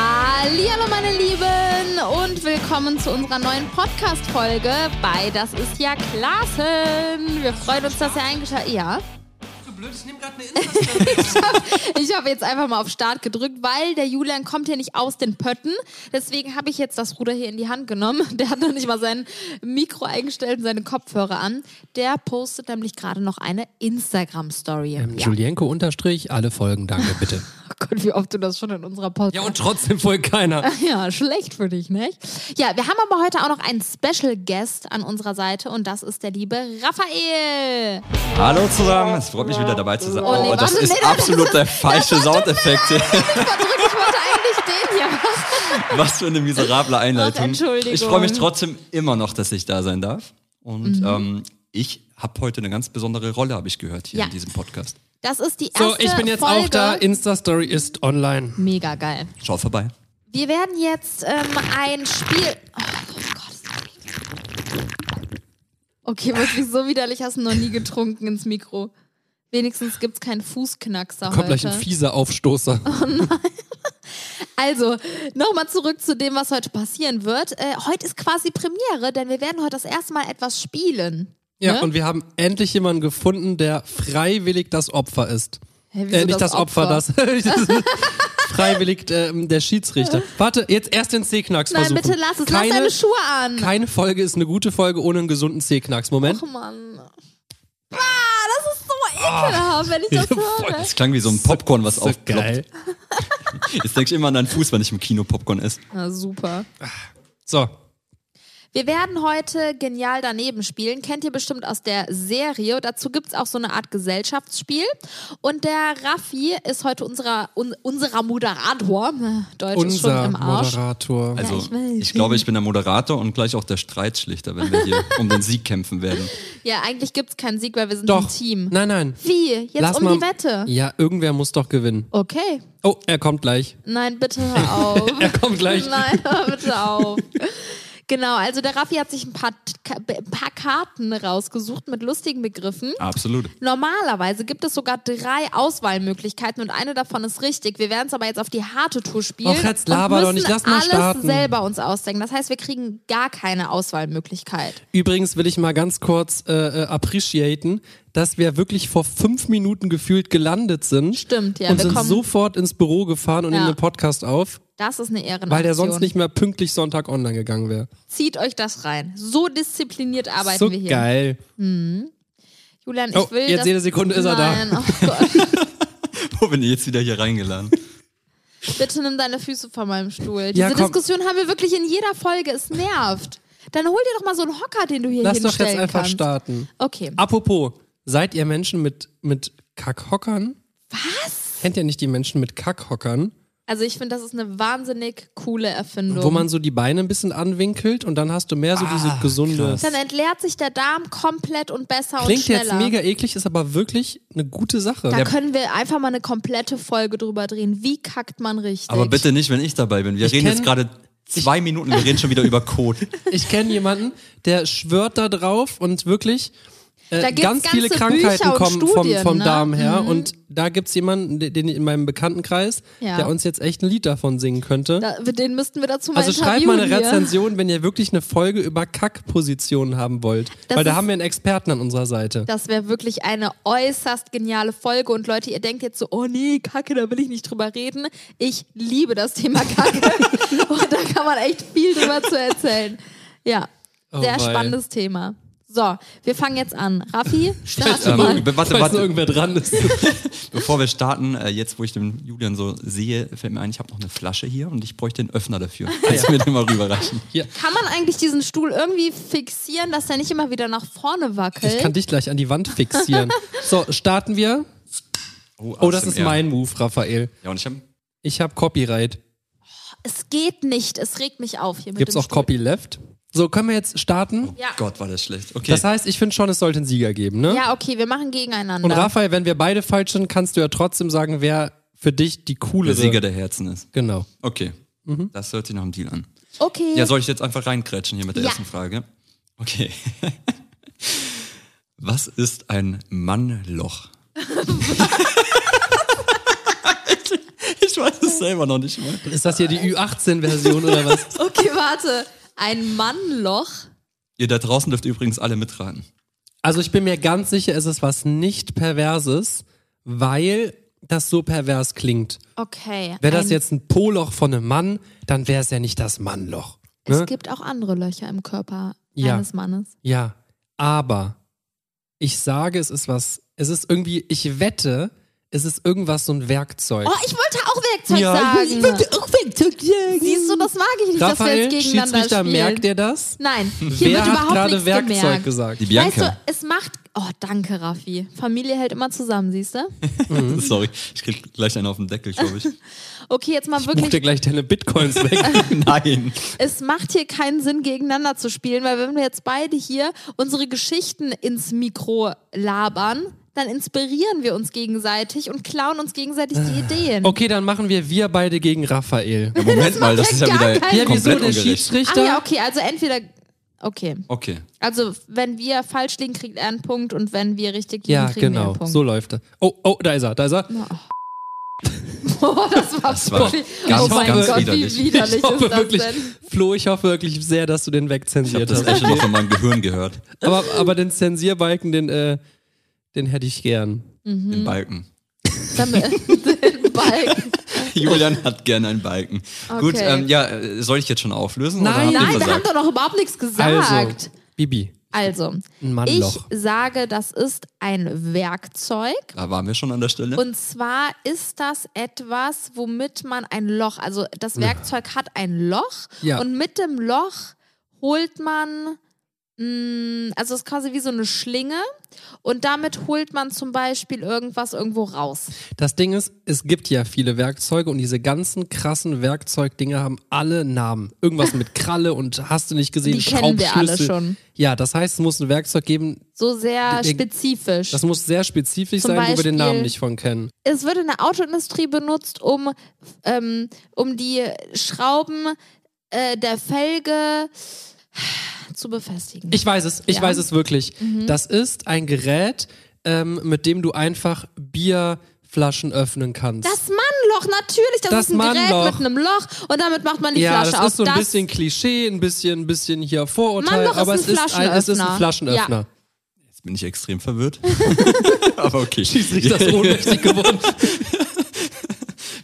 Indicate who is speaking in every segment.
Speaker 1: Hallihallo meine Lieben und willkommen zu unserer neuen Podcast-Folge bei Das ist ja Klassen. Wir freuen uns, dass ihr eingeschaltet... Ja?
Speaker 2: So blöd, ich nehme gerade eine Insta-Story.
Speaker 1: Ich habe jetzt einfach mal auf Start gedrückt, weil der Julian kommt hier nicht aus den Pötten. Deswegen habe ich jetzt das Ruder hier in die Hand genommen. Der hat noch nicht mal sein Mikro eingestellt und seine Kopfhörer an. Der postet nämlich gerade noch eine Instagram-Story.
Speaker 3: Ähm,
Speaker 1: ja.
Speaker 3: Julienko unterstrich, alle Folgen, danke, bitte.
Speaker 1: Oh Gott, wie oft du das schon in unserer Podcast...
Speaker 3: ja, und trotzdem folgt keiner.
Speaker 1: Ja, schlecht für dich, nicht? Ja, wir haben aber heute auch noch einen Special Guest an unserer Seite und das ist der liebe Raphael.
Speaker 4: Hallo zusammen, es freut mich
Speaker 3: Ah.
Speaker 4: wieder dabei zu sein.
Speaker 1: Oh, nee,
Speaker 4: Oh, das
Speaker 1: warte,
Speaker 4: ist
Speaker 1: nee, das-
Speaker 4: absolut der falsche Soundeffekt.
Speaker 1: Ich war drüben, ich wollte eigentlich den hier machen.
Speaker 4: Was für eine miserable
Speaker 1: Ach,
Speaker 4: Einleitung.
Speaker 1: Entschuldigung.
Speaker 4: Ich freue mich trotzdem immer noch, dass ich da sein darf.
Speaker 3: Mhm.
Speaker 4: Und ähm, ich habe heute eine ganz besondere Rolle, habe ich gehört, hier
Speaker 1: Ja.
Speaker 4: in diesem Podcast.
Speaker 1: Das ist die erste
Speaker 3: So, ich bin jetzt
Speaker 1: Folge.
Speaker 3: auch da. Insta-Story ist online.
Speaker 1: Mega geil.
Speaker 4: Schau vorbei.
Speaker 1: Wir werden jetzt ähm, ein Spiel. Oh Gott. Okay, wirklich so widerlich hast du noch nie getrunken ins Mikro. Wenigstens gibt es keinen Fußknackser
Speaker 3: Kommt gleich
Speaker 1: heute.
Speaker 3: ein fieser Aufstoßer.
Speaker 1: Also, nochmal zurück zu dem, was heute passieren wird. Äh, heute ist quasi Premiere, denn wir werden heute das erste Mal etwas spielen.
Speaker 3: Ja,
Speaker 1: Ne?
Speaker 3: und wir haben endlich jemanden gefunden, der freiwillig das Opfer ist.
Speaker 1: Hä, wieso
Speaker 3: äh, nicht
Speaker 1: das
Speaker 3: das Opfer,
Speaker 1: Opfer?
Speaker 3: das. freiwillig ähm, der Schiedsrichter. Warte, jetzt erst den C-Knacks
Speaker 1: Nein,
Speaker 3: versuchen.
Speaker 1: bitte lass es.
Speaker 3: Keine,
Speaker 1: lass deine Schuhe an.
Speaker 3: keine Folge ist eine gute Folge ohne einen gesunden C-Knacks. Moment.
Speaker 1: Och, Mann. Ah, das ist so ekelhaft, wenn ich das
Speaker 3: Ah.
Speaker 1: höre.
Speaker 4: Das klang wie so ein Popcorn, was
Speaker 3: So
Speaker 4: aufploppt.
Speaker 3: geil.
Speaker 4: Jetzt denke ich immer an deinen Fuß, wenn ich im Kino Popcorn esse.
Speaker 1: Na, super.
Speaker 3: So,
Speaker 1: Wir werden heute genial daneben spielen. Kennt ihr bestimmt aus der Serie. Dazu gibt es auch so eine Art Gesellschaftsspiel. Und der Raffi ist heute unserer, un, unserer Moderator. Äh, Deutsch ist schon
Speaker 3: unser
Speaker 1: im Arsch.
Speaker 3: Moderator.
Speaker 4: Also,
Speaker 1: ich weiß.
Speaker 4: ich glaube, ich bin der Moderator und gleich auch der Streitschlichter, wenn wir hier um den Sieg kämpfen werden.
Speaker 1: Ja, eigentlich gibt es keinen Sieg, weil wir sind
Speaker 3: Doch.
Speaker 1: ein Team.
Speaker 3: Nein, nein.
Speaker 1: Wie? Jetzt
Speaker 3: Lass
Speaker 1: um
Speaker 3: mal,
Speaker 1: die Wette?
Speaker 3: Ja, irgendwer muss doch gewinnen.
Speaker 1: Okay.
Speaker 3: Oh, er kommt gleich.
Speaker 1: Nein, bitte hör auf.
Speaker 3: Er kommt gleich.
Speaker 1: Nein, hör bitte auf. Genau, also der Raffi hat sich ein paar, ein paar Karten rausgesucht mit lustigen Begriffen.
Speaker 4: Absolut.
Speaker 1: Normalerweise gibt es sogar drei Auswahlmöglichkeiten und eine davon ist richtig. Wir werden es aber jetzt auf die harte Tour spielen.
Speaker 3: Och, jetzt
Speaker 1: und
Speaker 3: laber
Speaker 1: müssen
Speaker 3: doch nicht. Lass mal
Speaker 1: alles
Speaker 3: starten.
Speaker 1: selber uns ausdenken. Das heißt, wir kriegen gar keine Auswahlmöglichkeit.
Speaker 3: Übrigens will ich mal ganz kurz äh, äh, appreciaten, dass wir wirklich vor fünf Minuten gefühlt gelandet sind.
Speaker 1: Stimmt, ja,
Speaker 3: Und
Speaker 1: wir
Speaker 3: sind
Speaker 1: kommen-
Speaker 3: sofort ins Büro gefahren und
Speaker 1: Ja.
Speaker 3: nehmen den Podcast auf,
Speaker 1: Das ist eine Ehrenaktion.
Speaker 3: weil der sonst nicht mehr pünktlich Sonntag online gegangen wäre.
Speaker 1: Zieht euch das rein. So diszipliniert arbeiten
Speaker 3: So
Speaker 1: wir hier.
Speaker 3: geil.
Speaker 1: Julian, ich
Speaker 3: Oh,
Speaker 1: will
Speaker 3: jetzt
Speaker 1: dass-
Speaker 3: jede Sekunde ist er da.
Speaker 1: Nein, oh Gott.
Speaker 4: Wo bin ich jetzt wieder hier reingeladen?
Speaker 1: Bitte nimm deine Füße von meinem Stuhl. Diese
Speaker 3: Ja, komm.
Speaker 1: Diskussion haben wir wirklich in jeder Folge. Es nervt. Dann hol dir doch mal so einen Hocker, den du hier
Speaker 3: Lass doch
Speaker 1: hinstellen
Speaker 3: jetzt einfach
Speaker 1: kannst.
Speaker 3: starten.
Speaker 1: Okay.
Speaker 3: Apropos, seid ihr Menschen mit, mit Kackhockern? Was? Kennt ihr nicht die Menschen mit Kackhockern?
Speaker 1: Also ich finde, das ist eine wahnsinnig coole Erfindung.
Speaker 3: Wo man so die Beine ein bisschen anwinkelt und dann hast du mehr so diese gesunde.
Speaker 1: dann entleert sich der Darm komplett und besser und
Speaker 3: Klingt jetzt
Speaker 1: schneller.
Speaker 3: mega eklig, ist aber wirklich eine gute Sache.
Speaker 1: da können wir einfach mal eine komplette Folge drüber drehen. Wie kackt man richtig?
Speaker 4: Aber bitte nicht, wenn ich dabei bin. Wir
Speaker 3: Ich
Speaker 4: reden
Speaker 3: kenn-
Speaker 4: jetzt gerade zwei Minuten, wir reden schon wieder über Code.
Speaker 3: Ich kenne jemanden, der schwört da drauf und wirklich äh,
Speaker 1: Da gibt's
Speaker 3: ganz viele
Speaker 1: ganze
Speaker 3: Krankheiten
Speaker 1: Bücher und
Speaker 3: kommen
Speaker 1: Studien,
Speaker 3: vom, vom
Speaker 1: ne?
Speaker 3: Darm her. Und da gibt's jemanden, den, den in meinem Bekanntenkreis,
Speaker 1: Ja.
Speaker 3: der uns jetzt echt ein Lied davon singen könnte.
Speaker 1: Da, den müssten wir dazu mal
Speaker 3: also schreibt mal eine
Speaker 1: interviewen hier.
Speaker 3: Rezension, wenn ihr wirklich eine Folge über Kackpositionen haben wollt.
Speaker 1: Das
Speaker 3: Weil da
Speaker 1: ist-
Speaker 3: haben wir einen Experten an unserer Seite.
Speaker 1: Das wäre wirklich eine äußerst geniale Folge. Und Leute, ihr denkt jetzt so, oh nee, Kacke, da will ich nicht drüber reden. Ich liebe das Thema Kacke. und da kann man echt viel drüber zu erzählen. Ja,
Speaker 3: Oh
Speaker 1: sehr
Speaker 3: wei.
Speaker 1: spannendes Thema. So, wir fangen jetzt an. Raffi,
Speaker 4: Falls,
Speaker 1: starte
Speaker 4: ähm,
Speaker 1: mal.
Speaker 4: be-
Speaker 3: Falls
Speaker 4: warte,
Speaker 3: noch
Speaker 4: warte,
Speaker 3: irgendwer dran ist.
Speaker 4: bevor wir starten, äh, jetzt wo ich den Julian so sehe, fällt mir ein, ich habe noch eine Flasche hier und ich bräuchte den Öffner dafür. Kannst du mir den mal rüberreichen?
Speaker 3: Hier.
Speaker 1: Kann man eigentlich diesen Stuhl irgendwie fixieren, dass er nicht immer wieder nach vorne wackelt?
Speaker 3: Ich kann dich gleich an die Wand fixieren. So, starten wir. Oh, das ist
Speaker 4: ASMR.
Speaker 3: mein Move, Raphael.
Speaker 4: Ja, und ich oh habe
Speaker 3: Ich habe Copyright.
Speaker 1: es geht nicht. Es regt mich auf hier mit
Speaker 3: Gibt's
Speaker 1: dem
Speaker 3: auch Copy Left? So, können wir jetzt starten?
Speaker 1: Ja.
Speaker 4: Gott, war das schlecht. Okay.
Speaker 3: Das heißt, ich finde schon, es sollte einen Sieger geben, ne?
Speaker 1: Stuhl. Ja, okay, wir machen gegeneinander.
Speaker 3: Und Raphael, wenn wir beide falsch sind, kannst du ja trotzdem sagen, wer für dich die coolere.
Speaker 4: der Sieger der Herzen ist.
Speaker 3: Genau.
Speaker 4: Okay.
Speaker 3: Mhm.
Speaker 4: Das hört sich nach einem Deal an.
Speaker 1: okay.
Speaker 4: Ja, soll ich jetzt einfach reinkrätschen hier mit der
Speaker 1: Ja.
Speaker 4: ersten Frage? Okay. Was ist ein Mannloch? ich weiß es selber noch nicht mal.
Speaker 3: Ist das hier die Ü18-Version oder was?
Speaker 1: Okay, warte. Ein Mannloch.
Speaker 4: Ihr da draußen dürft übrigens alle mitraten.
Speaker 3: Also ich bin mir ganz sicher, es ist was nicht Perverses, weil das so pervers klingt.
Speaker 1: Okay.
Speaker 3: Wäre das
Speaker 1: ein,
Speaker 3: jetzt ein Po-Loch von einem Mann, dann wäre es ja nicht das Mannloch.
Speaker 1: Es
Speaker 3: Ne?
Speaker 1: gibt auch andere Löcher im Körper
Speaker 3: Ja.
Speaker 1: eines Mannes.
Speaker 3: Ja, aber ich sage, es ist was, es ist irgendwie, ich wette, es ist irgendwas, so ein Werkzeug.
Speaker 1: Oh, ich wollte auch Werkzeug sagen.
Speaker 3: auch Werkzeug sagen.
Speaker 1: Siehst du, das mag ich nicht,
Speaker 3: Raphael,
Speaker 1: dass wir jetzt gegeneinander
Speaker 3: Schiedsrichter,
Speaker 1: spielen.
Speaker 3: merkt ihr das?
Speaker 1: Nein, hier
Speaker 3: Wer
Speaker 1: wird
Speaker 3: hat
Speaker 1: überhaupt
Speaker 3: gerade
Speaker 1: nichts
Speaker 3: Werkzeug
Speaker 1: gemerkt.
Speaker 3: gesagt?
Speaker 4: Die
Speaker 1: Weißt
Speaker 4: Bianca.
Speaker 1: du, es macht. Oh, danke, Raffi. Familie hält immer zusammen, siehst du?
Speaker 3: Mhm.
Speaker 4: Sorry, ich krieg gleich einen auf den Deckel, glaube ich.
Speaker 1: Okay, jetzt mal
Speaker 3: Buch dir
Speaker 1: wirklich.
Speaker 3: gleich deine Bitcoins weg.
Speaker 4: Nein.
Speaker 1: Es macht hier keinen Sinn, gegeneinander zu spielen, weil wenn wir jetzt beide hier unsere Geschichten ins Mikro labern, dann inspirieren wir uns gegenseitig und klauen uns gegenseitig die Ideen.
Speaker 3: Ah. Okay, dann machen wir wir beide gegen Raphael.
Speaker 4: Ja, Moment mal, das
Speaker 1: macht
Speaker 4: ist
Speaker 1: ja
Speaker 4: ja
Speaker 1: gar
Speaker 4: wieder
Speaker 1: keinen
Speaker 3: Ja, wieso? Der
Speaker 4: komplett ungerecht.
Speaker 1: Ach
Speaker 3: Schiedsrichter?
Speaker 1: ja, okay, also entweder. Okay.
Speaker 4: Okay.
Speaker 1: Also, wenn wir falsch liegen, kriegt er einen Punkt und wenn wir richtig liegen,
Speaker 3: Ja,
Speaker 1: kriegen wir
Speaker 3: genau.
Speaker 1: einen Punkt.
Speaker 3: So läuft er. Oh, oh, da ist er, da ist er.
Speaker 1: Boah, Oh, das war,
Speaker 4: Das war
Speaker 1: wirklich-
Speaker 4: ganz,
Speaker 1: Oh mein
Speaker 4: ganz
Speaker 1: Gott,
Speaker 4: widerlich.
Speaker 1: wie widerlich
Speaker 3: ich hoffe
Speaker 1: ist das
Speaker 3: wirklich,
Speaker 1: denn?
Speaker 3: Flo, ich hoffe wirklich sehr, dass du den
Speaker 4: Ich habe
Speaker 3: wegzensiert
Speaker 4: das
Speaker 3: hast.
Speaker 4: echt schon noch in meinem Gehirn gehört.
Speaker 3: Aber, aber den Zensierbalken, den, äh, den hätte ich gern.
Speaker 4: Den Balken.
Speaker 1: Dann, den Balken.
Speaker 4: Julian hat gerne einen Balken. Gut, ähm, ja, äh, soll ich jetzt schon auflösen?
Speaker 3: Nein.
Speaker 4: oder habt ihr
Speaker 1: Nein, wir haben
Speaker 4: versagt?
Speaker 1: doch noch überhaupt nichts gesagt.
Speaker 3: Also, Bibi,
Speaker 1: Also,
Speaker 3: ein
Speaker 1: ich
Speaker 3: Mannloch.
Speaker 1: sage, das ist ein Werkzeug.
Speaker 4: Da waren wir schon an der Stelle.
Speaker 1: Und zwar ist das etwas, womit man ein Loch, also das Werkzeug hat ein Loch
Speaker 3: Ja.
Speaker 1: und mit dem Loch holt man, mh, also es ist quasi wie so eine Schlinge und damit holt man zum Beispiel irgendwas irgendwo raus.
Speaker 3: Das Ding ist, es gibt ja viele Werkzeuge und diese ganzen krassen Werkzeugdinge haben alle Namen. Irgendwas mit Kralle und hast du nicht gesehen,
Speaker 1: Die kennen wir alle
Speaker 3: Schraubschlüssel.
Speaker 1: schon.
Speaker 3: Ja, das heißt, es muss ein Werkzeug geben,
Speaker 1: So sehr
Speaker 3: Den-
Speaker 1: spezifisch.
Speaker 3: das muss sehr spezifisch
Speaker 1: Zum
Speaker 3: sein, wo wir den
Speaker 1: Beispiel-
Speaker 3: Namen nicht von kennen.
Speaker 1: es wird in der Autoindustrie benutzt, um, ähm, um die Schrauben äh, der Felge zu befestigen.
Speaker 3: Ich weiß es, ich
Speaker 1: Ja. Mhm.
Speaker 3: weiß es wirklich. Das ist ein Gerät, ähm, mit dem du einfach Bierflaschen öffnen kannst.
Speaker 1: das Mannloch, natürlich, das,
Speaker 3: Das
Speaker 1: ist ein Gerät
Speaker 3: Mannloch.
Speaker 1: mit einem Loch und damit macht man die
Speaker 3: ja,
Speaker 1: Flasche
Speaker 3: das
Speaker 1: auf.
Speaker 3: ist so ein bisschen Klischee, ein bisschen, ein bisschen hier Vorurteil,
Speaker 1: Mannloch ist
Speaker 3: aber
Speaker 1: ein
Speaker 3: es, ist ein, es ist ein
Speaker 1: Flaschenöffner. Ja.
Speaker 3: Flaschenöffner.
Speaker 4: Jetzt bin ich extrem verwirrt. Aber okay.
Speaker 3: Schließlich ist das ohnmächtig geworden.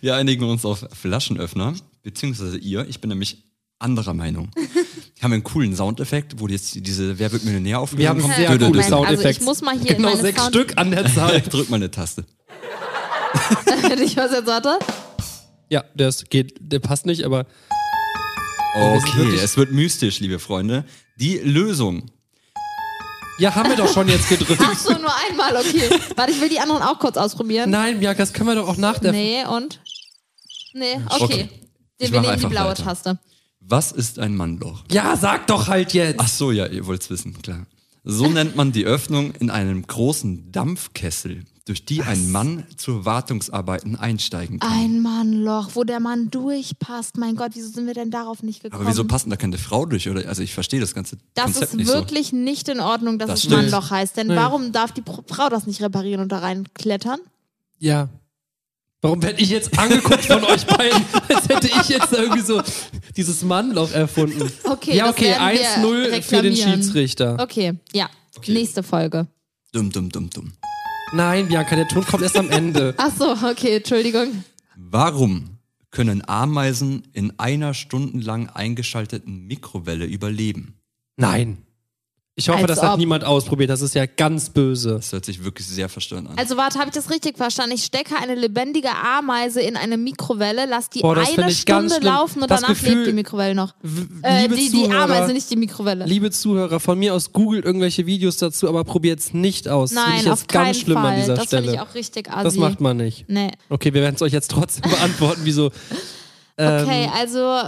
Speaker 4: Wir einigen uns auf Flaschenöffner, beziehungsweise ihr. Ich bin nämlich anderer Meinung. Wir haben einen coolen Soundeffekt, wo jetzt diese Wer wird Millionär aufgenommen
Speaker 3: Wir haben
Speaker 4: kommt.
Speaker 3: sehr
Speaker 4: Dö, dö,
Speaker 3: coole
Speaker 4: dö.
Speaker 1: Moment, also ich
Speaker 3: Soundeffekte.
Speaker 1: muss mal hier in
Speaker 3: genau
Speaker 1: meine
Speaker 3: sechs
Speaker 1: Sound-
Speaker 3: Stück an der Zahl.
Speaker 4: Drück mal eine Taste.
Speaker 1: ich weiß jetzt, warte.
Speaker 3: ja, das geht, der passt nicht, aber sind
Speaker 4: Okay,
Speaker 3: wirklich-
Speaker 4: es wird mystisch, liebe Freunde. Die Lösung.
Speaker 3: ja, haben wir doch schon jetzt gedrückt.
Speaker 1: Ach so, nur einmal, okay. Warte, ich will die anderen auch kurz ausprobieren.
Speaker 3: Nein, Bianca, das können wir doch auch nach der.
Speaker 1: Nee, und? Nee, okay.
Speaker 4: Okay.
Speaker 1: Wir wir
Speaker 4: Ich mach
Speaker 1: nehmen die
Speaker 4: einfach
Speaker 1: blaue
Speaker 4: weiter.
Speaker 1: Taste.
Speaker 4: Was ist ein Mannloch?
Speaker 3: Ja, sag doch halt jetzt.
Speaker 4: Ach so, ja, ihr wollt's wissen, klar. So nennt man die Öffnung in einem großen Dampfkessel, durch die ein Mann zu Wartungsarbeiten einsteigen kann.
Speaker 1: Ein Mannloch, wo der Mann durchpasst. Mein Gott, wieso sind wir denn darauf nicht gekommen?
Speaker 4: Aber wieso passen da keine Frau durch? Oder? Also ich verstehe das ganze
Speaker 1: das
Speaker 4: Konzept
Speaker 1: ist
Speaker 4: nicht so.
Speaker 1: wirklich nicht in Ordnung, dass
Speaker 4: Das
Speaker 1: es
Speaker 4: stimmt.
Speaker 1: Mannloch heißt. Denn
Speaker 3: Nee.
Speaker 1: warum darf die Pro- Frau das nicht reparieren und da reinklettern?
Speaker 3: Ja. Warum werde ich jetzt angeguckt von euch beiden, als hätte ich jetzt irgendwie so dieses Mannloch erfunden?
Speaker 1: Okay,
Speaker 3: ja,
Speaker 1: das
Speaker 3: okay,
Speaker 1: werden wir
Speaker 3: 1-0 für den
Speaker 1: reklamieren.
Speaker 3: Schiedsrichter.
Speaker 1: Okay, ja.
Speaker 4: Okay.
Speaker 1: Nächste Folge.
Speaker 4: Dumm, dumm, dumm, dumm.
Speaker 3: Nein, Bianca, der Ton kommt erst am Ende.
Speaker 1: Ach so, okay, Entschuldigung.
Speaker 4: Warum können Ameisen in einer stundenlang eingeschalteten Mikrowelle überleben?
Speaker 3: Nein. Ich hoffe,
Speaker 1: Als
Speaker 3: das hat
Speaker 1: ob.
Speaker 3: niemand ausprobiert. Das ist ja ganz böse.
Speaker 4: Das hört sich wirklich sehr verstörend an.
Speaker 1: Also warte, habe ich das richtig verstanden? Ich stecke eine lebendige Ameise in eine Mikrowelle, lass die
Speaker 3: Boah, das
Speaker 1: eine
Speaker 3: find ich ganz
Speaker 1: Stunde
Speaker 3: schlimm.
Speaker 1: laufen und
Speaker 3: Das
Speaker 1: danach
Speaker 3: Gefühl-
Speaker 1: lebt die Mikrowelle noch.
Speaker 3: W-
Speaker 1: Äh,
Speaker 3: liebe,
Speaker 1: die, die
Speaker 3: Zuhörer,
Speaker 1: Ameise, nicht die Mikrowelle.
Speaker 3: liebe Zuhörer, von mir aus googelt irgendwelche Videos dazu, aber probiert's nicht aus. das finde
Speaker 1: Nein,
Speaker 3: ich jetzt
Speaker 1: auf keinen
Speaker 3: ganz schlimm
Speaker 1: Fall.
Speaker 3: an dieser
Speaker 1: das finde
Speaker 3: Stelle.
Speaker 1: ich auch richtig assi.
Speaker 3: das macht man nicht.
Speaker 1: Nee.
Speaker 3: Okay, wir werden es euch jetzt trotzdem beantworten, wieso. Ähm,
Speaker 1: Okay, also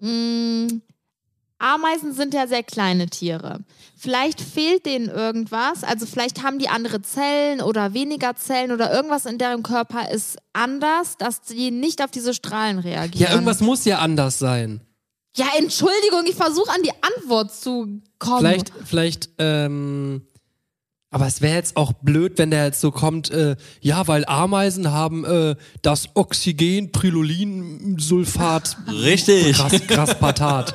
Speaker 1: mh, Ameisen sind ja sehr kleine Tiere. Vielleicht fehlt denen irgendwas. Also vielleicht haben die andere Zellen oder weniger Zellen oder irgendwas in deren Körper ist anders, dass die nicht auf diese Strahlen reagieren.
Speaker 3: Ja, irgendwas muss ja anders sein.
Speaker 1: Ja, oh, Entschuldigung, ich versuche an die Antwort zu kommen.
Speaker 3: Vielleicht, vielleicht, ähm, Aber es wäre jetzt auch blöd, wenn der jetzt so kommt, äh, ja, weil Ameisen haben äh, das Oxygen, Prylolinsulfat,
Speaker 4: Richtig.
Speaker 3: krass, krasspatat.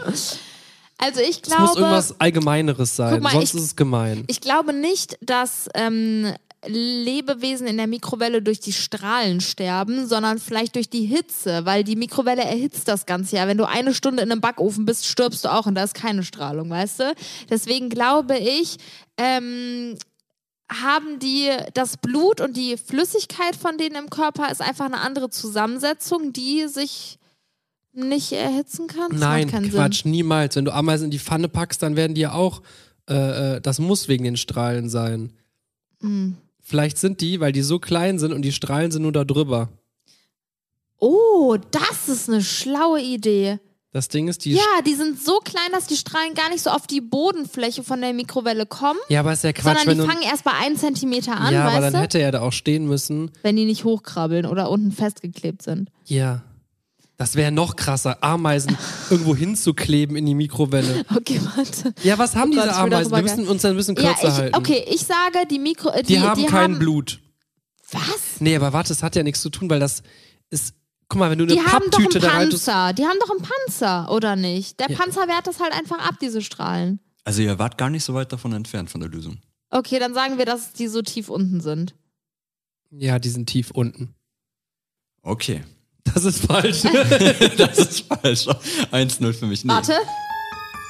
Speaker 1: Also ich
Speaker 3: Es muss
Speaker 1: glaube,
Speaker 3: irgendwas Allgemeineres sein,
Speaker 1: Guck mal,
Speaker 3: sonst
Speaker 1: ich-
Speaker 3: ist es gemein.
Speaker 1: ich glaube nicht, dass ähm, Lebewesen in der Mikrowelle durch die Strahlen sterben, sondern vielleicht durch die Hitze, weil die Mikrowelle erhitzt das Ganze ja. Wenn du eine Stunde in einem Backofen bist, stirbst du auch und da ist keine Strahlung, weißt du? Deswegen glaube ich, ähm, haben die das Blut und die Flüssigkeit von denen im Körper ist einfach eine andere Zusammensetzung, die sich nicht erhitzen kann. Das
Speaker 3: Nein,
Speaker 1: macht keinen
Speaker 3: Quatsch, niemals. Wenn du Ameisen in die Pfanne packst, dann werden die ja auch, äh, äh, das muss wegen den Strahlen sein.
Speaker 1: Sinn. Hm.
Speaker 3: Vielleicht sind die, weil die so klein sind und die Strahlen sind nur da drüber.
Speaker 1: Oh, das ist eine schlaue Idee.
Speaker 3: Das Ding ist, die.
Speaker 1: Ja, die sind so klein, dass die Strahlen gar nicht so auf die Bodenfläche von der Mikrowelle kommen,
Speaker 3: Ja, aber ist ja Quatsch, wenn
Speaker 1: sondern die
Speaker 3: du.
Speaker 1: fangen erst bei 1 Zentimeter an,
Speaker 3: ja, aber
Speaker 1: weißt
Speaker 3: dann
Speaker 1: du?
Speaker 3: hätte er da auch stehen müssen.
Speaker 1: Wenn die nicht hochkrabbeln oder unten festgeklebt sind.
Speaker 3: Ja. Das wäre noch krasser, Ameisen irgendwo hinzukleben in die Mikrowelle.
Speaker 1: Okay, warte.
Speaker 3: Ja, was haben
Speaker 1: Oh Gott,
Speaker 3: diese
Speaker 1: ich bin
Speaker 3: Ameisen? Wir
Speaker 1: darüber
Speaker 3: müssen uns ein bisschen
Speaker 1: Ja,
Speaker 3: kürzer
Speaker 1: ich,
Speaker 3: halten.
Speaker 1: okay, ich sage, die Mikro. Äh,
Speaker 3: Die, haben kein Blut.
Speaker 1: Was?
Speaker 3: Nee, aber warte, es hat ja nichts zu tun, weil das ist. Guck mal, wenn du eine
Speaker 1: Die haben doch
Speaker 3: Papptüte
Speaker 1: einen
Speaker 3: da reintust.
Speaker 1: Panzer. Die haben doch einen Panzer, oder nicht? Der Panzer wehrt das halt einfach ab, diese Strahlen.
Speaker 4: Also ihr wart gar nicht so weit davon entfernt von der Lösung.
Speaker 1: Okay, dann sagen wir, dass die so tief unten sind.
Speaker 3: Ja, die sind tief unten.
Speaker 4: Okay.
Speaker 3: Das ist falsch.
Speaker 4: Das ist falsch. 1-0 für mich. Nee.
Speaker 1: Warte,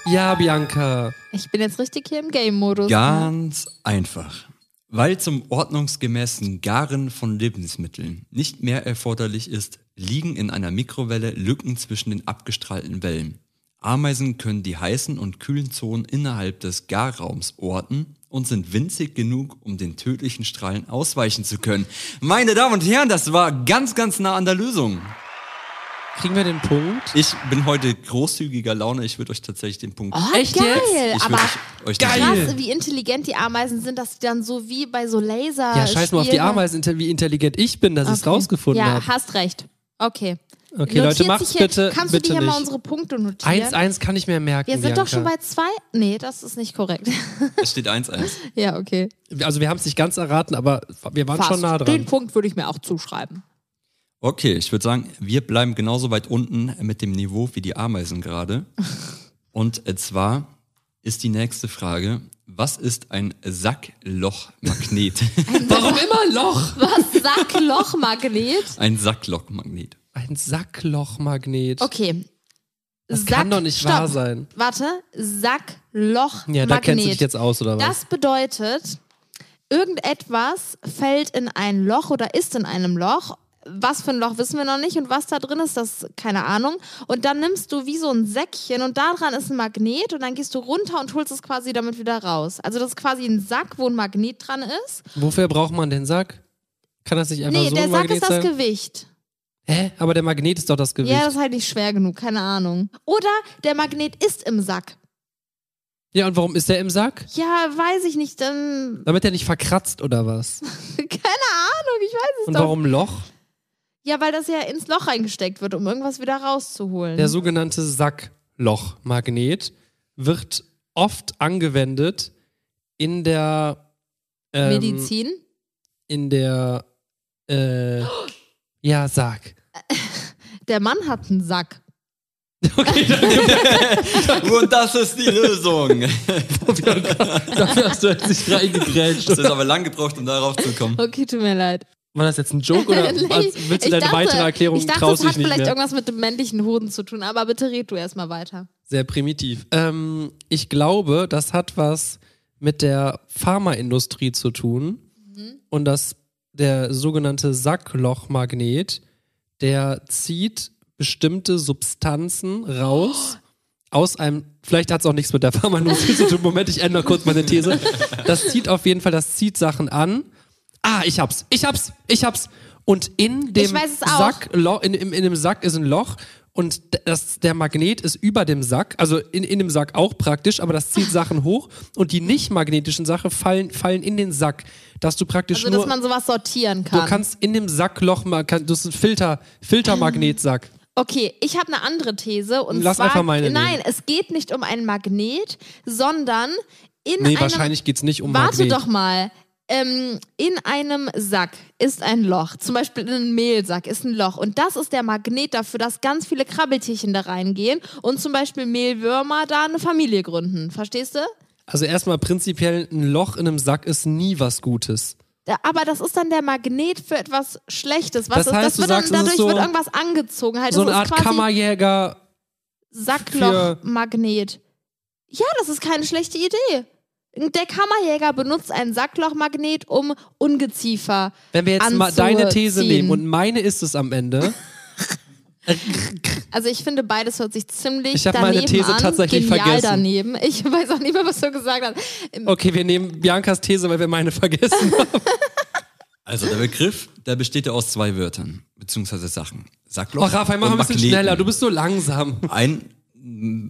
Speaker 3: ja, Bianca.
Speaker 1: ich bin jetzt richtig hier im Game-Modus.
Speaker 4: Ganz einfach. Weil zum ordnungsgemäßen Garen von Lebensmitteln nicht mehr erforderlich ist, liegen in einer Mikrowelle Lücken zwischen den abgestrahlten Wellen. Ameisen können die heißen und kühlen Zonen innerhalb des Garraums orten und sind winzig genug, um den tödlichen Strahlen ausweichen zu können. Meine Damen und Herren, das war ganz, ganz nah an der Lösung.
Speaker 3: Kriegen wir den Punkt?
Speaker 4: Ich bin heute großzügiger Laune. Ich würde euch tatsächlich den Punkt.
Speaker 1: Oh,
Speaker 3: Echt
Speaker 1: geil,
Speaker 3: jetzt?
Speaker 4: ich
Speaker 1: aber
Speaker 4: würde euch- euch
Speaker 3: Geil.
Speaker 4: den-
Speaker 1: krass, wie intelligent die Ameisen sind, dass die dann so wie bei so Laser.
Speaker 3: Ja, scheiß mal auf die
Speaker 1: Spielen-
Speaker 3: Ameisen, inte- wie intelligent ich bin, dass ich es rausgefunden
Speaker 1: Ja,
Speaker 3: habe.
Speaker 1: hast recht. Okay.
Speaker 3: Okay, Leute,
Speaker 1: Notiert
Speaker 3: macht's
Speaker 1: sich hier,
Speaker 3: bitte.
Speaker 1: Kannst du
Speaker 3: bitte
Speaker 1: dir hier
Speaker 3: nicht.
Speaker 1: mal unsere Punkte notieren?
Speaker 3: 1-1 kann ich mir merken.
Speaker 1: Wir sind
Speaker 3: Bianca.
Speaker 1: doch schon bei zwei. Nee, das ist nicht korrekt.
Speaker 4: Es steht 1-1.
Speaker 1: ja, okay.
Speaker 3: Also, wir haben es nicht ganz erraten, aber wir waren schon nah
Speaker 1: Den
Speaker 3: dran.
Speaker 1: Punkt würde ich mir auch zuschreiben.
Speaker 4: Okay, ich würde sagen, wir bleiben genauso weit unten mit dem Niveau wie die Ameisen gerade. Und äh, zwar ist die nächste Frage, was ist ein Sacklochmagnet?
Speaker 3: Warum immer Loch?
Speaker 1: Was? Sacklochmagnet?
Speaker 4: ein Sacklochmagnet.
Speaker 3: Ein Sacklochmagnet.
Speaker 1: Okay.
Speaker 3: Das kann doch nicht
Speaker 1: Stopp.
Speaker 3: wahr sein.
Speaker 1: Warte. Sacklochmagnet.
Speaker 3: Ja, da kennst du dich jetzt aus, oder was?
Speaker 1: Das bedeutet, irgendetwas fällt in ein Loch oder ist in einem Loch. Was für ein Loch wissen wir noch nicht und was da drin ist, das keine Ahnung. Und dann nimmst du wie so ein Säckchen und da dran ist ein Magnet und dann gehst du runter und holst es quasi damit wieder raus. Also das ist quasi ein Sack, wo ein Magnet dran ist.
Speaker 3: Wofür braucht man den Sack? Kann das nicht einfach
Speaker 1: nee,
Speaker 3: so
Speaker 1: der
Speaker 3: ein
Speaker 1: Sack
Speaker 3: Magnet
Speaker 1: ist das
Speaker 3: sein?
Speaker 1: Gewicht.
Speaker 3: Hä? Aber der Magnet ist doch das Gewicht.
Speaker 1: Ja, das ist halt nicht schwer genug, keine Ahnung. Oder der Magnet ist im Sack.
Speaker 3: ja, und warum ist der im Sack?
Speaker 1: Ja, weiß ich nicht. Dann,
Speaker 3: Damit er nicht verkratzt oder was?
Speaker 1: keine Ahnung, ich weiß es
Speaker 3: Und
Speaker 1: doch
Speaker 3: warum Loch?
Speaker 1: Ja, weil das ja ins Loch reingesteckt wird, um irgendwas wieder rauszuholen.
Speaker 3: Der sogenannte Sacklochmagnet wird oft angewendet in der ähm,
Speaker 1: Medizin?
Speaker 3: In der äh, ja, sag.
Speaker 1: Der Mann hat einen Sack.
Speaker 4: Und das ist die Lösung.
Speaker 3: Dafür hast du jetzt nicht reingegrätscht.
Speaker 4: Das ist aber lang gebraucht, um darauf zu kommen.
Speaker 1: Okay, tut mir leid.
Speaker 3: War das jetzt ein Joke oder
Speaker 1: Nee,
Speaker 3: was- willst du
Speaker 1: ich
Speaker 3: deine weitere Erklärung
Speaker 1: Ich dachte,
Speaker 3: traust
Speaker 1: es hat
Speaker 3: dich nicht
Speaker 1: vielleicht
Speaker 3: mehr?
Speaker 1: irgendwas mit dem männlichen Hoden zu tun, aber bitte red du erstmal weiter.
Speaker 3: Sehr primitiv. Ähm, ich glaube, das hat was mit der Pharmaindustrie zu tun
Speaker 1: Mhm.
Speaker 3: und dass der sogenannte Sacklochmagnet, der zieht bestimmte Substanzen raus
Speaker 1: Oh.
Speaker 3: aus einem, vielleicht hat es auch nichts mit der Pharmaindustrie zu tun, Moment, ich ändere kurz meine These. Das zieht auf jeden Fall, das zieht Sachen an. Ah, ich hab's, ich hab's, ich hab's. Und in dem
Speaker 1: weiß es auch.
Speaker 3: Sack, Lo- in, in, in dem Sack ist ein Loch und d- das, der Magnet ist über dem Sack, also in, in dem Sack auch praktisch, aber das zieht Sachen hoch und die nicht magnetischen Sachen fallen, fallen in den Sack, dass du praktisch
Speaker 1: Also,
Speaker 3: nur...
Speaker 1: dass man sowas sortieren
Speaker 3: Du
Speaker 1: kann.
Speaker 3: kannst in dem Sackloch mal, kann, das ist ein Filter,
Speaker 1: Hm.
Speaker 3: Filtermagnetsack.
Speaker 1: okay, ich habe eine andere These. Und
Speaker 3: Lass
Speaker 1: zwar,
Speaker 3: einfach meine
Speaker 1: Nein, es geht nicht um einen Magnet, sondern In
Speaker 3: Nee,
Speaker 1: einem,
Speaker 3: wahrscheinlich geht es nicht um
Speaker 1: Warte
Speaker 3: Magnet.
Speaker 1: doch mal. Ähm, in einem Sack ist ein Loch, zum Beispiel in einem Mehlsack ist ein Loch und das ist der Magnet dafür, dass ganz viele Krabbeltierchen da reingehen und zum Beispiel Mehlwürmer da eine Familie gründen. Verstehst du?
Speaker 3: Also erstmal prinzipiell, ein Loch in einem Sack ist nie was Gutes.
Speaker 1: Da- Aber das ist dann der Magnet für etwas Schlechtes. Was
Speaker 3: Das
Speaker 1: ist,
Speaker 3: heißt,
Speaker 1: das
Speaker 3: du
Speaker 1: wird
Speaker 3: sagst, es
Speaker 1: dann,
Speaker 3: ist
Speaker 1: dadurch
Speaker 3: so-
Speaker 1: wird irgendwas angezogen. Halt,
Speaker 3: so
Speaker 1: das
Speaker 3: eine Art
Speaker 1: ist quasi
Speaker 3: Kammerjäger.
Speaker 1: Sacklochmagnet. Ja, das ist keine schlechte Idee. Der Kammerjäger benutzt einen Sacklochmagnet, um Ungeziefer
Speaker 3: Wenn wir jetzt mal
Speaker 1: anzuziehen.
Speaker 3: deine These nehmen und meine ist es am Ende.
Speaker 1: Also ich finde, beides hört sich ziemlich
Speaker 3: Ich hab
Speaker 1: daneben
Speaker 3: meine These
Speaker 1: an.
Speaker 3: tatsächlich
Speaker 1: genial
Speaker 3: vergessen.
Speaker 1: daneben. Ich weiß auch nicht mehr, was du gesagt hast.
Speaker 3: Okay, wir nehmen Biancas These, weil wir meine vergessen.
Speaker 4: Also der Begriff, der besteht ja aus zwei Wörtern, beziehungsweise Sachen. Sackloch
Speaker 3: Oh, Raphael, mach
Speaker 4: und
Speaker 3: ein bisschen
Speaker 4: Magneten.
Speaker 3: schneller. Du bist so langsam.
Speaker 4: Ein,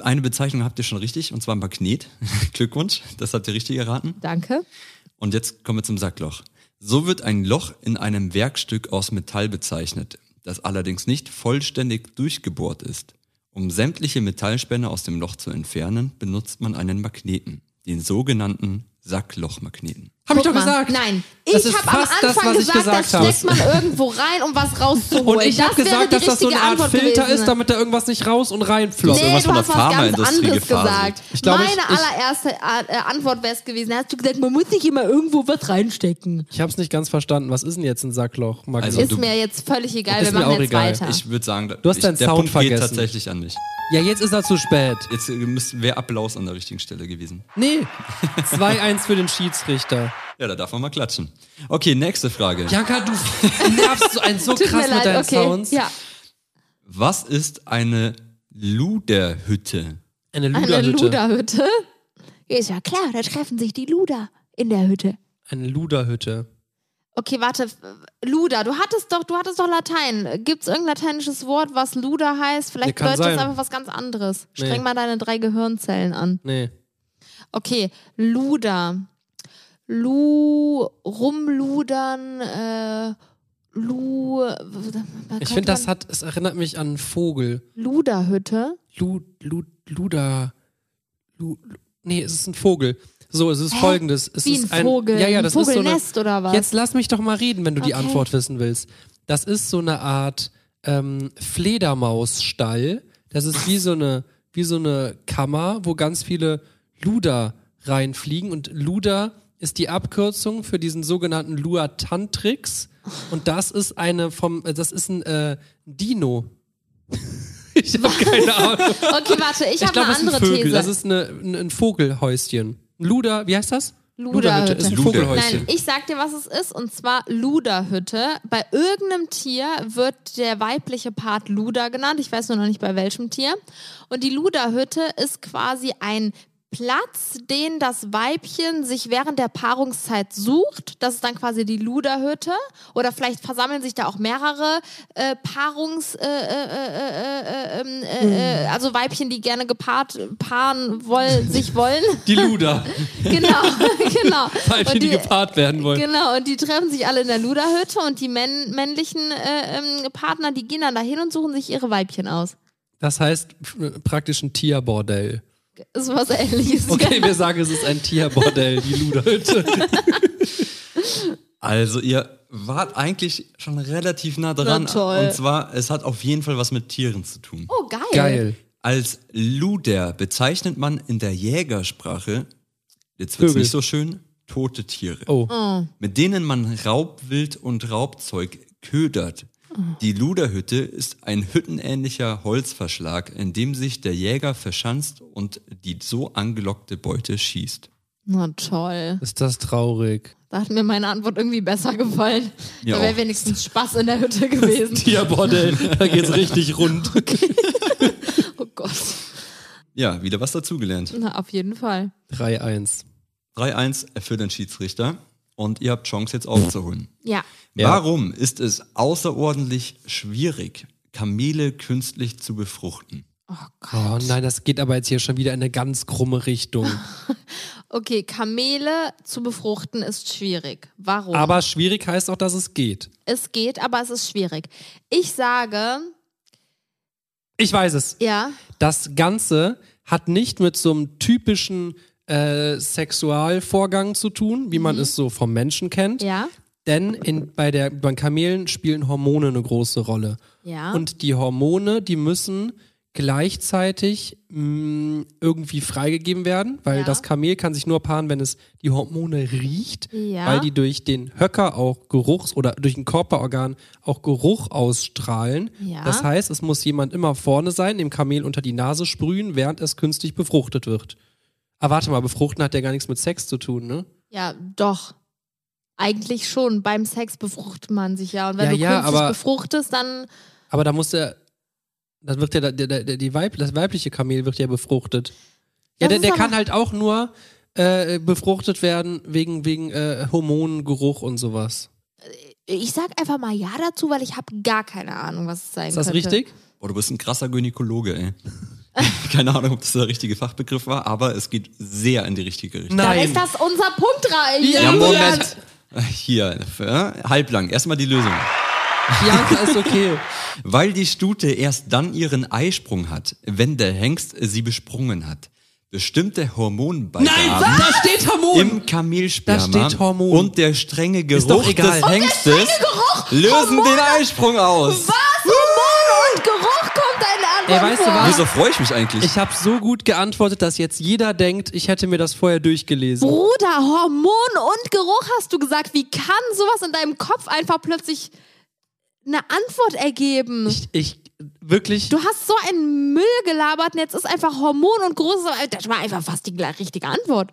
Speaker 4: eine Bezeichnung habt ihr schon richtig, und zwar Magnet. Glückwunsch, das habt ihr richtig erraten.
Speaker 1: Danke.
Speaker 4: Und jetzt kommen wir zum Sackloch. So wird ein Loch in einem Werkstück aus Metall bezeichnet, das allerdings nicht vollständig durchgebohrt ist. Um sämtliche Metallspänne aus dem Loch zu entfernen, benutzt man einen Magneten, den sogenannten Sacklochmagneten.
Speaker 3: Hab ich
Speaker 1: Guck
Speaker 3: doch
Speaker 1: mal.
Speaker 3: gesagt.
Speaker 1: Nein.
Speaker 3: Das
Speaker 1: Ich
Speaker 3: ist
Speaker 1: habe am
Speaker 3: fast das,
Speaker 1: Anfang
Speaker 3: was ich
Speaker 1: gesagt,
Speaker 3: gesagt
Speaker 1: das
Speaker 3: habe.
Speaker 1: steckt man irgendwo rein, um was rauszuholen.
Speaker 3: Und ich
Speaker 1: das
Speaker 3: habe
Speaker 1: wäre
Speaker 3: gesagt,
Speaker 1: die
Speaker 3: dass das so
Speaker 1: richtige
Speaker 3: eine Art
Speaker 1: Antwort
Speaker 3: Filter
Speaker 1: gewesen.
Speaker 3: ist, damit da irgendwas nicht raus und reinfloppt.
Speaker 1: Nee,
Speaker 4: irgendwas
Speaker 1: du
Speaker 4: von
Speaker 1: hast
Speaker 4: der
Speaker 1: was ganz
Speaker 4: Pharmaindustrie
Speaker 1: anderes
Speaker 4: gefaselt.
Speaker 1: gesagt.
Speaker 3: Ich glaube,
Speaker 1: Meine
Speaker 3: ich- ich-
Speaker 1: allererste äh, Antwort wäre es gewesen. Da hast du gesagt, man muss nicht immer irgendwo was reinstecken.
Speaker 3: Ich hab's nicht ganz verstanden. Was ist denn jetzt ein Sackloch, Magnus?
Speaker 4: Also-
Speaker 1: Ist
Speaker 4: du-
Speaker 1: mir jetzt völlig egal,
Speaker 3: Ist
Speaker 1: wir
Speaker 3: mir
Speaker 1: machen
Speaker 3: auch
Speaker 1: jetzt
Speaker 3: egal.
Speaker 1: weiter.
Speaker 4: Ich würde sagen,
Speaker 3: Ah. hast
Speaker 4: ich,
Speaker 3: deinen
Speaker 4: der
Speaker 3: Sound
Speaker 4: Punkt geht
Speaker 3: vergessen.
Speaker 4: tatsächlich an mich.
Speaker 3: ja, jetzt ist er zu spät.
Speaker 4: Jetzt wäre Applaus an der richtigen Stelle gewesen.
Speaker 3: Nee. 2-1 für den Schiedsrichter.
Speaker 4: Ja, da darf man mal klatschen. Okay, nächste Frage.
Speaker 3: Bianca, du nervst so einen so
Speaker 1: Tut
Speaker 3: krass
Speaker 1: mir leid,
Speaker 3: mit deinen
Speaker 1: okay.
Speaker 3: Sounds.
Speaker 1: Ja.
Speaker 4: Was ist eine Luderhütte?
Speaker 3: Eine
Speaker 1: Eine
Speaker 3: Luderhütte.
Speaker 1: Luderhütte. Ist ja klar, da treffen sich die Luder in der Hütte.
Speaker 3: Eine Luderhütte.
Speaker 1: Okay, warte. f- Luder, du hattest doch, du hattest doch Latein. Gibt es irgendein lateinisches Wort, was Luder heißt?
Speaker 3: Nee,
Speaker 1: Vielleicht
Speaker 3: kann
Speaker 1: bedeutet
Speaker 3: sein.
Speaker 1: das einfach was ganz anderes. Streng
Speaker 3: Nee.
Speaker 1: mal deine drei Gehirnzellen an.
Speaker 3: Nee.
Speaker 1: Okay, Luder. Lu, rumludern, äh, Lu,
Speaker 3: Ich finde, das hat, es erinnert mich an einen Vogel.
Speaker 1: Luderhütte.
Speaker 3: Lu, Lu, Luda. Lu, Lu, nee, es ist ein Vogel. So, es ist
Speaker 1: Hä?
Speaker 3: folgendes. Es
Speaker 1: Wie
Speaker 3: ist
Speaker 1: ein Vogel.
Speaker 3: Ja, ja,
Speaker 1: ein
Speaker 3: das ist so eine,
Speaker 1: Vogelnest oder was?
Speaker 3: Jetzt lass mich doch mal reden, wenn du die
Speaker 1: Okay.
Speaker 3: Antwort wissen willst. Das ist so eine Art ähm, Fledermausstall. Das ist wie so eine wie so eine Kammer, wo ganz viele Luder reinfliegen und Luder ist die Abkürzung für diesen sogenannten Luatantrix und das ist eine vom äh, das ist ein äh, Dino. ich habe keine Ahnung.
Speaker 1: okay, warte, ich,
Speaker 3: Ich
Speaker 1: habe
Speaker 3: glaube,
Speaker 1: eine
Speaker 3: das ist
Speaker 1: andere
Speaker 3: ein Vögel.
Speaker 1: These.
Speaker 3: Das ist eine, ein, ein Vogelhäuschen. Ein Luder, wie heißt das?
Speaker 1: Luderhütte.
Speaker 3: Ist ein
Speaker 4: Luder.
Speaker 3: Vogelhäuschen.
Speaker 1: Nein, ich sag dir, was es ist, und zwar Luderhütte. Bei irgendeinem Tier wird der weibliche Part Luder genannt. Ich weiß nur noch nicht bei welchem Tier. Und die Luderhütte ist quasi ein Platz, den das Weibchen sich während der Paarungszeit sucht. Das ist dann quasi die Luderhütte. Oder vielleicht versammeln sich da auch mehrere äh, Paarungs, äh, äh, äh, äh, ähm, äh, äh, also Weibchen, die gerne gepaart paaren wollen, sich wollen.
Speaker 3: Die Luder.
Speaker 1: Genau, genau.
Speaker 3: Falsch, die,
Speaker 1: Und
Speaker 3: die gepaart werden wollen.
Speaker 1: Genau, und die treffen sich alle in der Luderhütte und die män männlichen äh, ähm, Partner, die gehen dann dahin und suchen sich ihre Weibchen aus.
Speaker 3: Das heißt f- praktisch ein Tierbordell.
Speaker 1: Ist was ähnliches.
Speaker 3: Okay, wir sagen, es ist ein Tierbordell, die Luderhütte.
Speaker 4: Also ihr wart eigentlich schon relativ nah dran.
Speaker 1: Na toll.
Speaker 4: Und zwar, es hat auf jeden Fall was mit Tieren zu tun.
Speaker 1: Oh, geil.
Speaker 3: Geil.
Speaker 4: Als Luder bezeichnet man in der Jägersprache, jetzt wird's
Speaker 3: Vögel.
Speaker 4: nicht so schön, tote Tiere,
Speaker 3: Oh.
Speaker 4: mit denen man Raubwild und Raubzeug ködert.
Speaker 1: Ah.
Speaker 4: Die Luderhütte ist ein hüttenähnlicher Holzverschlag, in dem sich der Jäger verschanzt und die so angelockte Beute schießt.
Speaker 1: Na toll.
Speaker 3: Ist das traurig.
Speaker 1: Da hat mir meine Antwort irgendwie besser gefallen.
Speaker 4: Mir
Speaker 1: da wäre
Speaker 4: auch.
Speaker 1: wenigstens Spaß in der Hütte gewesen.
Speaker 3: Tierbordell, da geht's richtig rund.
Speaker 1: Oh Gott.
Speaker 4: Ja, wieder was dazugelernt.
Speaker 1: Na, auf jeden Fall.
Speaker 3: 3-1.
Speaker 4: 3-1 für den Schiedsrichter und ihr habt Chance jetzt aufzuholen.
Speaker 1: Ja.
Speaker 3: Ja.
Speaker 4: Warum ist es außerordentlich schwierig, Kamele künstlich zu befruchten?
Speaker 1: Oh
Speaker 3: Oh
Speaker 1: Gott.
Speaker 3: nein, das geht aber jetzt hier schon wieder in eine ganz krumme Richtung.
Speaker 1: Okay, Kamele zu befruchten ist schwierig. Warum?
Speaker 3: Aber schwierig heißt auch, dass es geht.
Speaker 1: es geht, aber es ist schwierig. Ich sage,
Speaker 3: Ich weiß es.
Speaker 1: ja,
Speaker 3: Das Ganze hat nicht mit so einem typischen äh, Sexualvorgang zu tun, wie man es so vom Menschen kennt.
Speaker 1: Ja.
Speaker 3: Denn in, bei, der, bei Kamelen spielen Hormone eine große Rolle.
Speaker 1: Ja.
Speaker 3: Und die Hormone, die müssen gleichzeitig mh, irgendwie freigegeben werden, weil
Speaker 1: Ja.
Speaker 3: das Kamel kann sich nur paaren, wenn es die Hormone riecht,
Speaker 1: Ja.
Speaker 3: weil die durch den Höcker auch Geruchs- oder durch ein Körperorgan auch Geruch ausstrahlen.
Speaker 1: Ja.
Speaker 3: Das heißt, es muss jemand immer vorne sein, dem Kamel unter die Nase sprühen, während es künstlich befruchtet wird. Aber warte mal, befruchten hat ja gar nichts mit Sex zu tun, ne?
Speaker 1: Ja, doch. Eigentlich schon. Beim Sex befruchtet man sich ja. Und wenn
Speaker 3: Ja,
Speaker 1: du
Speaker 3: ja,
Speaker 1: künstlich
Speaker 3: aber-
Speaker 1: befruchtest, dann.
Speaker 3: Aber da muss der, das wird ja, der, der, der, die Weib, das weibliche Kamel wird ja befruchtet. Ja,
Speaker 1: Das
Speaker 3: der,
Speaker 1: ist
Speaker 3: der
Speaker 1: aber-
Speaker 3: kann halt auch nur äh, befruchtet werden wegen, wegen äh, Hormonen, Geruch und sowas.
Speaker 1: Ich sag einfach mal ja dazu, weil ich habe gar keine Ahnung, was es sein
Speaker 3: Ist das
Speaker 1: könnte.
Speaker 3: richtig?
Speaker 4: Boah, du bist ein krasser Gynäkologe, ey. Keine Ahnung, ob das der richtige Fachbegriff war, aber es geht sehr in die richtige Richtung.
Speaker 1: Dann ist das unser Punkt, Rail.
Speaker 3: Ja,
Speaker 4: Ja,
Speaker 3: Julian!
Speaker 4: Moment. Hier, äh, halblang. Erstmal die Lösung.
Speaker 3: Bianca ist okay.
Speaker 4: Weil die Stute erst dann ihren Eisprung hat, wenn der Hengst sie besprungen hat. Bestimmte Hormonbeigaben
Speaker 3: da steht Hormon!
Speaker 4: im Kamelsperma
Speaker 3: Da steht Hormon.
Speaker 4: und der strenge Geruch
Speaker 3: doch egal.
Speaker 4: des Hengstes lösen den Eisprung aus.
Speaker 1: Was? Hormone und Geruch kommt eine Antwort
Speaker 3: Ey, weißt du
Speaker 1: vor.
Speaker 3: was?
Speaker 4: Wieso freue ich mich eigentlich?
Speaker 3: Ich habe so gut geantwortet, dass jetzt jeder denkt, ich hätte mir das vorher durchgelesen.
Speaker 1: Bruder, Hormon und Geruch hast du gesagt. Wie kann sowas in deinem Kopf einfach plötzlich eine Antwort ergeben?
Speaker 3: Ich, ich wirklich.
Speaker 1: Du hast so einen Müll gelabert und jetzt ist einfach Hormon und Großes. Das war einfach fast die gleich richtige Antwort.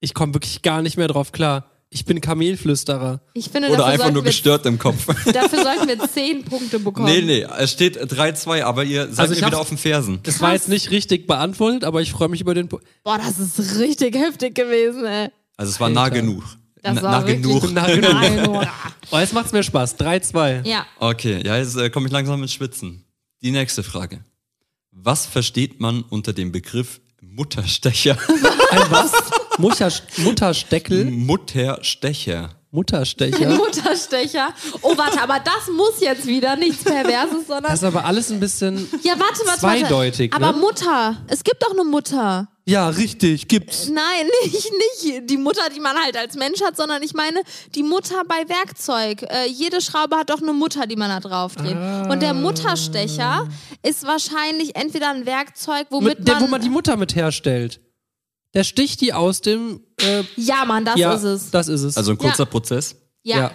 Speaker 3: Ich komme wirklich gar nicht mehr drauf klar. Ich bin Kamelflüsterer.
Speaker 1: Ich finde,
Speaker 4: Oder
Speaker 1: dafür,
Speaker 4: einfach
Speaker 1: sollten
Speaker 4: nur
Speaker 1: wir,
Speaker 4: gestört im Kopf.
Speaker 1: dafür sollten wir zehn Punkte bekommen.
Speaker 4: Nee, nee, es steht 3-2, aber ihr seid
Speaker 3: Also ich
Speaker 4: mir wieder
Speaker 3: hab's-
Speaker 4: auf den Fersen.
Speaker 3: Das war jetzt nicht richtig beantwortet, aber ich freue mich über den. Po
Speaker 1: Boah, das ist richtig heftig gewesen, ey.
Speaker 4: Also es war nah
Speaker 3: Alter.
Speaker 4: genug.
Speaker 1: Das
Speaker 4: Na-
Speaker 1: war
Speaker 4: nah
Speaker 1: wirklich-
Speaker 4: genug.
Speaker 3: Na, genau.
Speaker 1: Nein, oder?
Speaker 3: Oh, jetzt macht's mir Spaß. 3-2.
Speaker 1: Ja.
Speaker 4: Okay, ja, jetzt äh, komme ich langsam ins Schwitzen. Die nächste Frage. Was versteht man unter dem Begriff Mutterstecher?
Speaker 3: Ein was? Mutter, Muttersteckel?
Speaker 4: Mutterstecher.
Speaker 1: Ein
Speaker 3: Mutterstecher?
Speaker 1: Mutterstecher. Oh, warte, aber das muss jetzt wieder nichts Perverses, sondern.
Speaker 3: Das ist aber alles ein bisschen.
Speaker 1: ja, warte, warte,
Speaker 3: zweideutig,
Speaker 1: warte. Aber
Speaker 3: ne?
Speaker 1: Mutter. Es gibt doch eine Mutter.
Speaker 3: Ja, richtig, gibt's.
Speaker 1: Nein, nicht, nicht die Mutter, die man halt als Mensch hat, sondern ich meine die Mutter bei Werkzeug. Äh, jede Schraube hat doch eine Mutter, die man da draufdreht.
Speaker 3: Ah.
Speaker 1: Und der Mutterstecher ist wahrscheinlich entweder ein Werkzeug, womit
Speaker 3: Mit, der,
Speaker 1: man,
Speaker 3: wo man die Mutter mit herstellt. Der sticht die aus dem. Äh,
Speaker 1: Ja, Mann, das
Speaker 3: ja,
Speaker 1: ist es.
Speaker 3: Das ist es.
Speaker 4: Also ein
Speaker 1: Ja.
Speaker 4: kurzer Prozess.
Speaker 1: Ja.
Speaker 3: ja.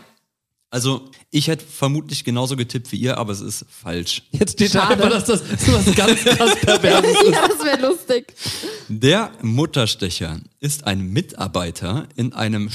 Speaker 4: Also ich hätte vermutlich genauso getippt wie ihr, aber es ist falsch.
Speaker 3: Jetzt steht da
Speaker 1: Schade.
Speaker 3: einfach, dass das sowas ganz krass perverses ist.
Speaker 1: Ja, das wäre lustig.
Speaker 4: Der Mutterstecher ist ein Mitarbeiter in einem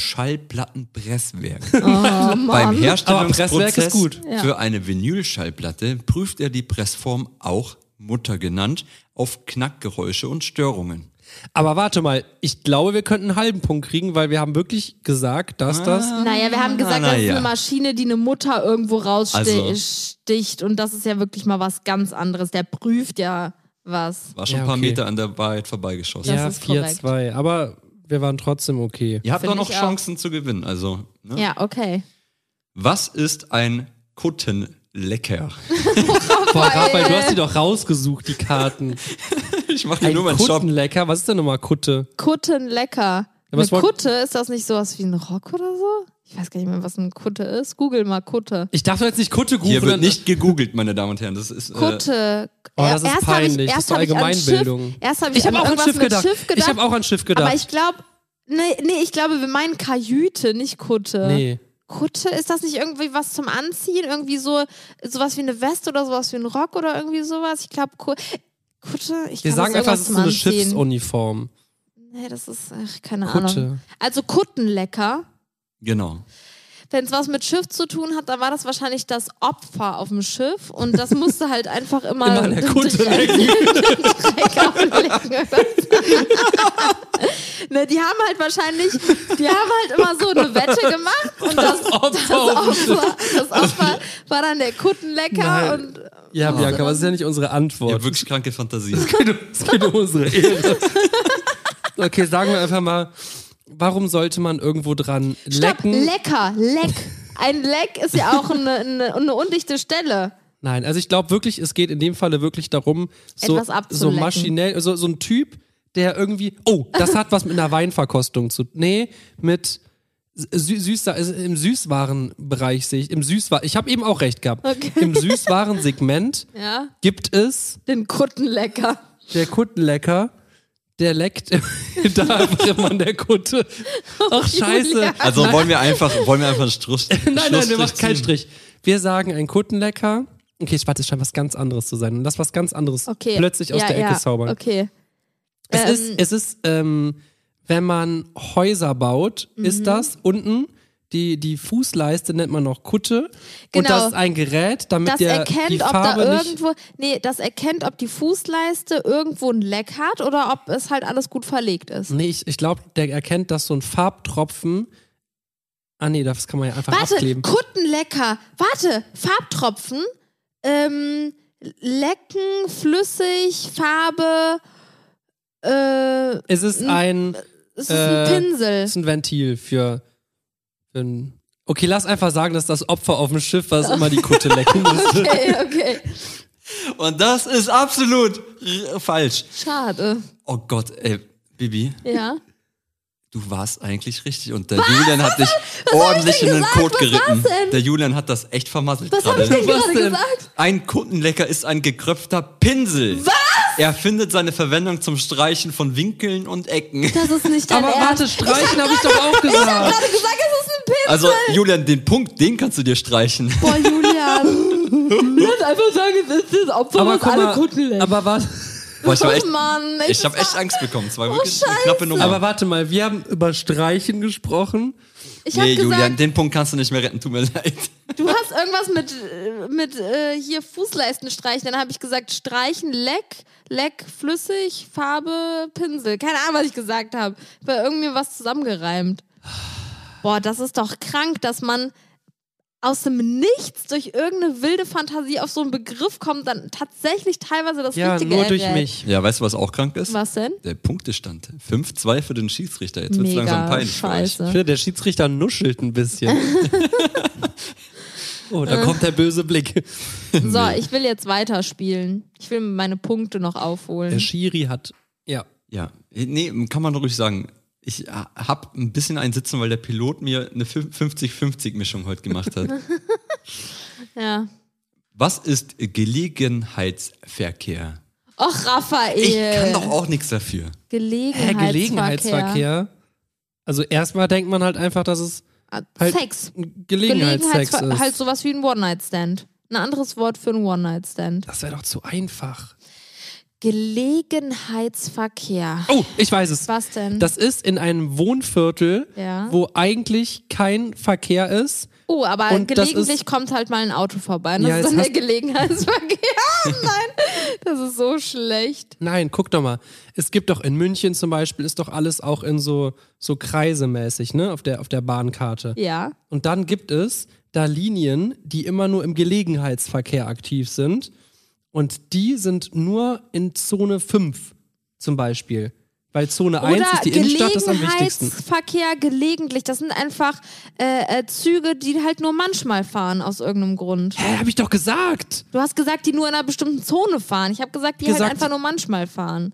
Speaker 4: Schallplattenpresswerk.
Speaker 1: Oh,
Speaker 4: Beim
Speaker 3: Aber Presswerk ist
Speaker 4: Herstellungsprozess
Speaker 3: gut.
Speaker 1: Ja.
Speaker 4: für eine Vinylschallplatte prüft er die Pressform, auch Mutter genannt, auf Knackgeräusche und Störungen.
Speaker 3: Aber warte mal, ich glaube, wir könnten einen halben Punkt kriegen, weil wir haben wirklich gesagt, dass das.
Speaker 1: Naja, wir haben gesagt,
Speaker 4: na
Speaker 1: das ist
Speaker 4: ja.
Speaker 1: eine Maschine, die eine Mutter irgendwo
Speaker 4: Also-
Speaker 1: raussticht. Und das ist ja wirklich mal was ganz anderes. Der prüft ja was.
Speaker 4: War schon
Speaker 3: Ja,
Speaker 4: ein paar
Speaker 3: okay.
Speaker 4: Meter an der Wahrheit vorbeigeschossen.
Speaker 1: Das
Speaker 3: Ja,
Speaker 1: ist korrekt.
Speaker 3: 4-2. Aber wir waren trotzdem okay.
Speaker 4: Ihr habt
Speaker 1: Find
Speaker 4: doch noch
Speaker 1: ich auch.
Speaker 4: Chancen zu gewinnen. Also, ne?
Speaker 1: Ja, okay.
Speaker 4: Was ist ein Kuttenlecker?
Speaker 3: Boah, Raphael, du hast die doch rausgesucht, die Karten.
Speaker 4: Ich mache
Speaker 3: Ein
Speaker 4: nur meinen Job.
Speaker 3: Kuttenlecker, was ist denn nochmal Kutte?
Speaker 1: Kutten lecker.
Speaker 3: aber es
Speaker 1: Eine
Speaker 3: war-
Speaker 1: Kutte, ist das nicht sowas wie ein Rock oder so? Ich weiß gar nicht mehr, was eine Kutte ist. Google mal Kutte.
Speaker 3: Ich darf doch jetzt nicht Kutte rufen.
Speaker 4: Hier wird
Speaker 3: dann-
Speaker 4: nicht gegoogelt, meine Damen und Herren. Das ist, äh,
Speaker 1: Kutte.
Speaker 3: Oh, das ist
Speaker 1: erst Hab
Speaker 3: peinlich.
Speaker 1: ich,
Speaker 3: Das
Speaker 1: erst
Speaker 3: ist
Speaker 1: hab ich an
Speaker 3: Allgemeinbildung.
Speaker 1: Schiff, erst habe ich,
Speaker 3: Ich habe
Speaker 1: an
Speaker 3: auch an
Speaker 1: irgendwas
Speaker 3: Schiff
Speaker 1: mit
Speaker 3: gedacht.
Speaker 1: Schiff gedacht.
Speaker 3: Ich habe auch an Schiff gedacht.
Speaker 1: Aber ich glaube, nee, nee, ich glaube, wir meinen Kajüte, nicht Kutte.
Speaker 3: nee.
Speaker 1: Kutte, ist das nicht irgendwie was zum Anziehen? Irgendwie so sowas wie eine Weste oder sowas wie ein Rock oder irgendwie sowas? Ich glaube, Kutte, ich
Speaker 3: Wir
Speaker 1: glaub,
Speaker 3: sagen
Speaker 1: das
Speaker 3: einfach,
Speaker 1: ist irgendwas
Speaker 3: es ist
Speaker 1: zum
Speaker 3: eine
Speaker 1: Anziehen.
Speaker 3: Schiffsuniform.
Speaker 1: Nee, das ist, ach, keine
Speaker 3: Kutte.
Speaker 1: Ahnung. Also Kuttenlecker.
Speaker 4: genau.
Speaker 1: wenn es was mit Schiff zu tun hat, dann war das wahrscheinlich das Opfer auf dem Schiff und das musste halt einfach immer,
Speaker 3: Immer an der
Speaker 1: den
Speaker 3: Kutte
Speaker 1: Dreck- den Dreck auflegen. ne, die haben halt wahrscheinlich, die haben halt immer so eine Wette gemacht und das, das, Opfer, das Opfer war dann der Kuttenlecker
Speaker 3: Nein.
Speaker 1: und
Speaker 3: Ja, Bianca, aber das ist ja nicht unsere
Speaker 4: Ihr
Speaker 3: Antwort.
Speaker 4: habt wirklich kranke Fantasie.
Speaker 3: Es geht um unsere Ehre. okay, sagen wir einfach mal, warum sollte man irgendwo dran
Speaker 1: Stopp,
Speaker 3: lecken?
Speaker 1: lecker, leck. Ein Leck ist ja auch eine, eine, eine undichte Stelle.
Speaker 3: Nein, also ich glaube wirklich, es geht in dem Falle wirklich darum, so,
Speaker 1: Etwas abzulecken.
Speaker 3: so maschinell, so, so ein Typ, der irgendwie, oh, das hat was mit einer Weinverkostung zu Nee, mit sü süß, äh, im Süßwarenbereich sehe ich, im Süßwaren, ich habe eben auch recht gehabt.
Speaker 1: Okay.
Speaker 3: Im Süßwarensegment
Speaker 1: Ja.
Speaker 3: gibt es
Speaker 1: Den Kuttenlecker.
Speaker 3: der Kuttenlecker, der leckt da man der Kutte. Ach scheiße.
Speaker 1: Oh, Julia.
Speaker 4: Also wollen wir einfach, wollen wir einfach einen Strich.
Speaker 3: Nein, nein, wir machen keinen
Speaker 4: ziehen?
Speaker 3: Strich. Wir sagen ein Kuttenlecker. Okay, ich warte, es scheint was ganz anderes zu sein. Und das was ganz anderes
Speaker 1: Okay.
Speaker 3: plötzlich aus
Speaker 1: ja,
Speaker 3: der Ecke
Speaker 1: ja.
Speaker 3: zaubern.
Speaker 1: Okay.
Speaker 3: Es
Speaker 1: Ähm,
Speaker 3: ist, es ist ähm, wenn man Häuser baut,
Speaker 1: Mhm.
Speaker 3: ist das unten die, die Fußleiste nennt man noch Kutte. Und
Speaker 1: Genau.
Speaker 3: das ist ein Gerät, damit
Speaker 1: Das
Speaker 3: der die
Speaker 1: erkennt, ob da
Speaker 3: Farbe nicht.
Speaker 1: irgendwo, nee, das erkennt, ob die Fußleiste irgendwo ein Leck hat oder ob es halt alles gut verlegt ist.
Speaker 3: Nee, ich, ich glaube, der erkennt, dass so ein Farbtropfen. Ah nee, das kann man ja einfach
Speaker 1: Warte,
Speaker 3: abkleben.
Speaker 1: Kuttenlecker. Warte, Farbtropfen. Ähm, Lecken, flüssig, Farbe. Äh,
Speaker 3: Es ist ein,
Speaker 1: es ist ein
Speaker 3: Äh,
Speaker 1: Pinsel.
Speaker 3: es ist ein Ventil für, für ein Okay, lass einfach sagen, dass das Opfer auf dem Schiff, was immer die Kutte lecken musste.
Speaker 1: Okay, okay.
Speaker 4: Und das ist absolut r- falsch.
Speaker 1: Schade.
Speaker 4: Oh Gott, ey, Bibi,
Speaker 1: Ja.
Speaker 4: du warst eigentlich richtig. Und der Julian hat dich ordentlich in den Kot geritten.
Speaker 1: denn?
Speaker 4: Der Julian hat das echt vermasselt
Speaker 1: Was habe ich denn
Speaker 4: gerade.
Speaker 3: Was
Speaker 1: gerade
Speaker 3: denn?
Speaker 1: gesagt?
Speaker 4: Ein Kuttenlecker ist ein gekröpfter Pinsel. Was? Er findet seine Verwendung zum Streichen von Winkeln und Ecken.
Speaker 1: Das ist nicht dein
Speaker 3: Aber
Speaker 1: Ernst.
Speaker 3: warte, streichen habe ich doch auch
Speaker 1: Ich habe
Speaker 3: gesagt.
Speaker 1: gerade gesagt, es ist ein Pinsel.
Speaker 4: Also, Julian, den Punkt, den kannst du dir streichen.
Speaker 1: Boah, Julian. Lass einfach sagen, es ist das Opfer,
Speaker 3: Aber
Speaker 1: was
Speaker 3: guck
Speaker 1: alle
Speaker 3: mal,
Speaker 1: Kutten lecken.
Speaker 3: aber was?
Speaker 4: Boah, ich war echt,
Speaker 1: oh Mann.
Speaker 4: ich habe
Speaker 1: das
Speaker 4: echt
Speaker 1: war- Oh,
Speaker 4: Angst bekommen. Es war wirklich eine knappe Nummer.
Speaker 3: Aber warte mal, wir haben über Streichen gesprochen.
Speaker 1: Ich hab
Speaker 4: nee,
Speaker 1: gesagt,
Speaker 4: Julian, den Punkt kannst du nicht mehr retten. Tut mir leid.
Speaker 1: Du hast irgendwas mit, äh, mit äh, hier Fußleisten streichen. Dann habe ich gesagt, streichen, leck, leck, flüssig, Farbe, Pinsel. Keine Ahnung, was ich gesagt habe. Bei irgendwie was zusammengereimt. Boah, das ist doch krank, dass man aus dem Nichts durch irgendeine wilde Fantasie auf so einen Begriff kommt, dann tatsächlich teilweise das
Speaker 3: Ja,
Speaker 1: Richtige
Speaker 3: nur durch
Speaker 1: errät.
Speaker 3: mich.
Speaker 4: Ja, weißt du, was auch krank ist?
Speaker 1: Was denn?
Speaker 4: Der Punktestand. 5-2 für den Schiedsrichter. Jetzt wird's langsam
Speaker 1: Mega
Speaker 4: peinlich. für euch.
Speaker 3: Ich
Speaker 1: scheiße.
Speaker 3: finde, der Schiedsrichter nuschelt ein bisschen. oh, da kommt der böse Blick.
Speaker 1: So, ich will jetzt weiterspielen. Ich will meine Punkte noch
Speaker 3: Der
Speaker 1: aufholen.
Speaker 3: Schiri hat. Ja.
Speaker 4: Ja, nee, kann man ruhig sagen. Ich äh, hab ein bisschen einen Sitzen, weil der Pilot mir eine 50-50-Mischung heute gemacht hat.
Speaker 1: Ja.
Speaker 4: Was ist Gelegenheitsverkehr?
Speaker 1: Och, Raphael.
Speaker 4: Ich kann doch auch nichts dafür.
Speaker 3: Hä,
Speaker 1: Gelegenheitsverkehr.
Speaker 3: Gelegenheitsverkehr. Also erstmal denkt man halt einfach, dass es
Speaker 1: Ah,
Speaker 3: halt
Speaker 1: Sex.
Speaker 3: ein
Speaker 1: Gelegenheitssex
Speaker 3: Gelegenheitssex ist.
Speaker 1: Halt sowas wie ein One-Night-Stand. Ein anderes Wort für ein One-Night-Stand.
Speaker 3: das wäre doch zu einfach.
Speaker 1: Gelegenheitsverkehr.
Speaker 3: Oh, ich weiß es.
Speaker 1: Was denn?
Speaker 3: Das ist in einem Wohnviertel,
Speaker 1: Ja.
Speaker 3: wo eigentlich kein Verkehr ist.
Speaker 1: oh, aber
Speaker 3: und das
Speaker 1: gelegentlich
Speaker 3: ist-
Speaker 1: kommt halt mal ein Auto vorbei. Das ist
Speaker 3: Ja, jetzt
Speaker 1: dann der
Speaker 3: hast-
Speaker 1: Gelegenheitsverkehr. Oh Nein, das ist so schlecht.
Speaker 3: Nein, guck doch mal. Es gibt doch in München zum Beispiel, ist doch alles auch in so, so kreisemäßig, ne, auf der, auf der Bahnkarte.
Speaker 1: Ja.
Speaker 3: Und dann gibt es da Linien, die immer nur im Gelegenheitsverkehr aktiv sind. Und die sind nur in Zone 5 zum Beispiel. Weil Zone 1
Speaker 1: Oder
Speaker 3: ist die Innenstadt, das ist am wichtigsten.
Speaker 1: Gelegenheitsverkehr gelegentlich. Das sind einfach äh, äh, Züge, die halt nur manchmal fahren aus irgendeinem Grund.
Speaker 3: Hä, hab ich doch gesagt.
Speaker 1: Du hast gesagt, die nur in einer bestimmten Zone fahren. Ich habe gesagt, die halt
Speaker 3: Gesagt-
Speaker 1: einfach nur manchmal fahren.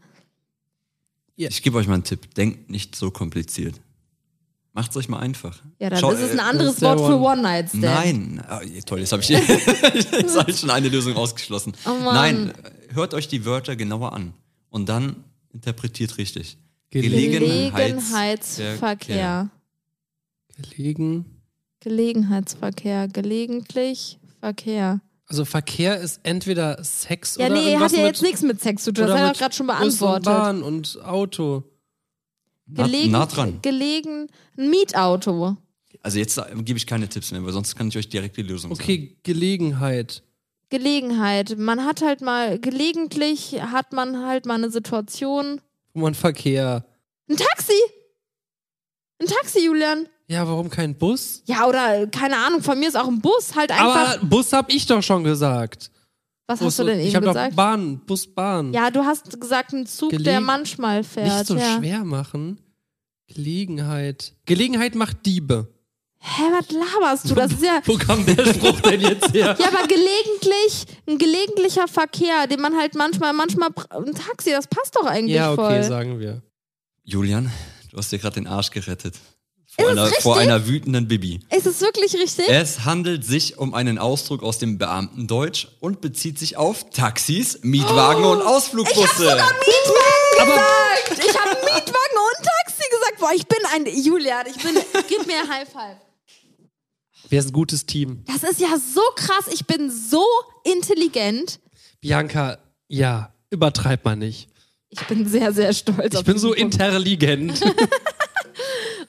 Speaker 4: Ich gebe euch mal einen Tipp. Denkt nicht so kompliziert. Macht's euch mal einfach.
Speaker 1: Ja, dann
Speaker 4: Schau-
Speaker 1: ist es ein
Speaker 4: äh,
Speaker 1: anderes
Speaker 3: ist der
Speaker 1: Wort für
Speaker 3: One-
Speaker 1: One-Night-Stand.
Speaker 4: Nein. Ah, toll, jetzt habe ich, jetzt hab ich schon eine Lösung ausgeschlossen.
Speaker 1: Oh Mann.
Speaker 4: Nein, hört euch die Wörter genauer an und dann interpretiert richtig.
Speaker 3: Gelegenheits-
Speaker 1: Gelegenheitsverkehr.
Speaker 3: Gelegen.
Speaker 1: Gelegenheitsverkehr. Gelegentlich Verkehr.
Speaker 3: Also Verkehr ist entweder Sex
Speaker 1: Ja,
Speaker 3: oder
Speaker 1: nee,
Speaker 3: irgendwas
Speaker 1: hat ja
Speaker 3: mit,
Speaker 1: jetzt nichts mit Sex zu tun.
Speaker 3: oder
Speaker 1: Das hat er
Speaker 3: mit
Speaker 1: doch gerade schon
Speaker 3: Bus und
Speaker 1: beantwortet.
Speaker 3: Bahn und Auto.
Speaker 4: Na, nah dran.
Speaker 1: Gelegen. Ein Mietauto.
Speaker 4: Also jetzt äh, gebe ich keine Tipps mehr, weil sonst kann ich euch direkt die Lösung sagen.
Speaker 3: Okay, Gelegenheit.
Speaker 1: Gelegenheit. Man hat halt mal, gelegentlich hat man halt mal eine Situation.
Speaker 3: Wo man Verkehr.
Speaker 1: Ein Taxi! Ein Taxi, Julian.
Speaker 3: Ja, warum kein Bus?
Speaker 1: Ja, oder keine Ahnung, von mir ist auch ein Bus halt einfach.
Speaker 3: Aber Bus hab ich doch schon gesagt.
Speaker 1: was
Speaker 3: Bus
Speaker 1: hast du denn
Speaker 3: und-
Speaker 1: eben
Speaker 3: ich hab
Speaker 1: gesagt?
Speaker 3: doch Bahn, Bus, Bahn.
Speaker 1: Ja, du hast gesagt, ein Zug,
Speaker 3: Gelegen-
Speaker 1: der manchmal fährt.
Speaker 3: Nicht so
Speaker 1: ja.
Speaker 3: schwer machen. Gelegenheit. Gelegenheit macht Diebe.
Speaker 1: hä, was laberst du? Das ist ja,
Speaker 3: Wo kam der Spruch denn jetzt her?
Speaker 1: ja, aber gelegentlich, ein gelegentlicher Verkehr, den man halt manchmal, manchmal, br- ein Taxi, das passt doch eigentlich
Speaker 3: Ja, okay,
Speaker 1: voll.
Speaker 3: sagen wir.
Speaker 4: Julian, du hast dir gerade den Arsch gerettet. Vor
Speaker 1: Ist es
Speaker 4: einer, vor
Speaker 1: richtig?
Speaker 4: einer wütenden Bibi.
Speaker 1: Ist es wirklich richtig?
Speaker 3: Äh.
Speaker 4: Es handelt sich um einen Ausdruck aus dem Beamtendeutsch und bezieht sich auf Taxis,
Speaker 1: Oh,
Speaker 4: Mietwagen und Ausflugbusse.
Speaker 1: Mietwagen gesagt! Ich habe Mietwagen und Taxi gesagt. Boah, ich bin ein Julian, ich bin, gib mir High Five.
Speaker 3: Wer ist ein gutes Team?
Speaker 1: Das ist ja so krass, ich bin so intelligent.
Speaker 3: Bianca, ja, übertreib mal nicht.
Speaker 1: Ich bin sehr, sehr stolz
Speaker 3: Ich
Speaker 1: auf
Speaker 3: bin
Speaker 1: diesen
Speaker 3: so
Speaker 1: Punkt.
Speaker 3: intelligent.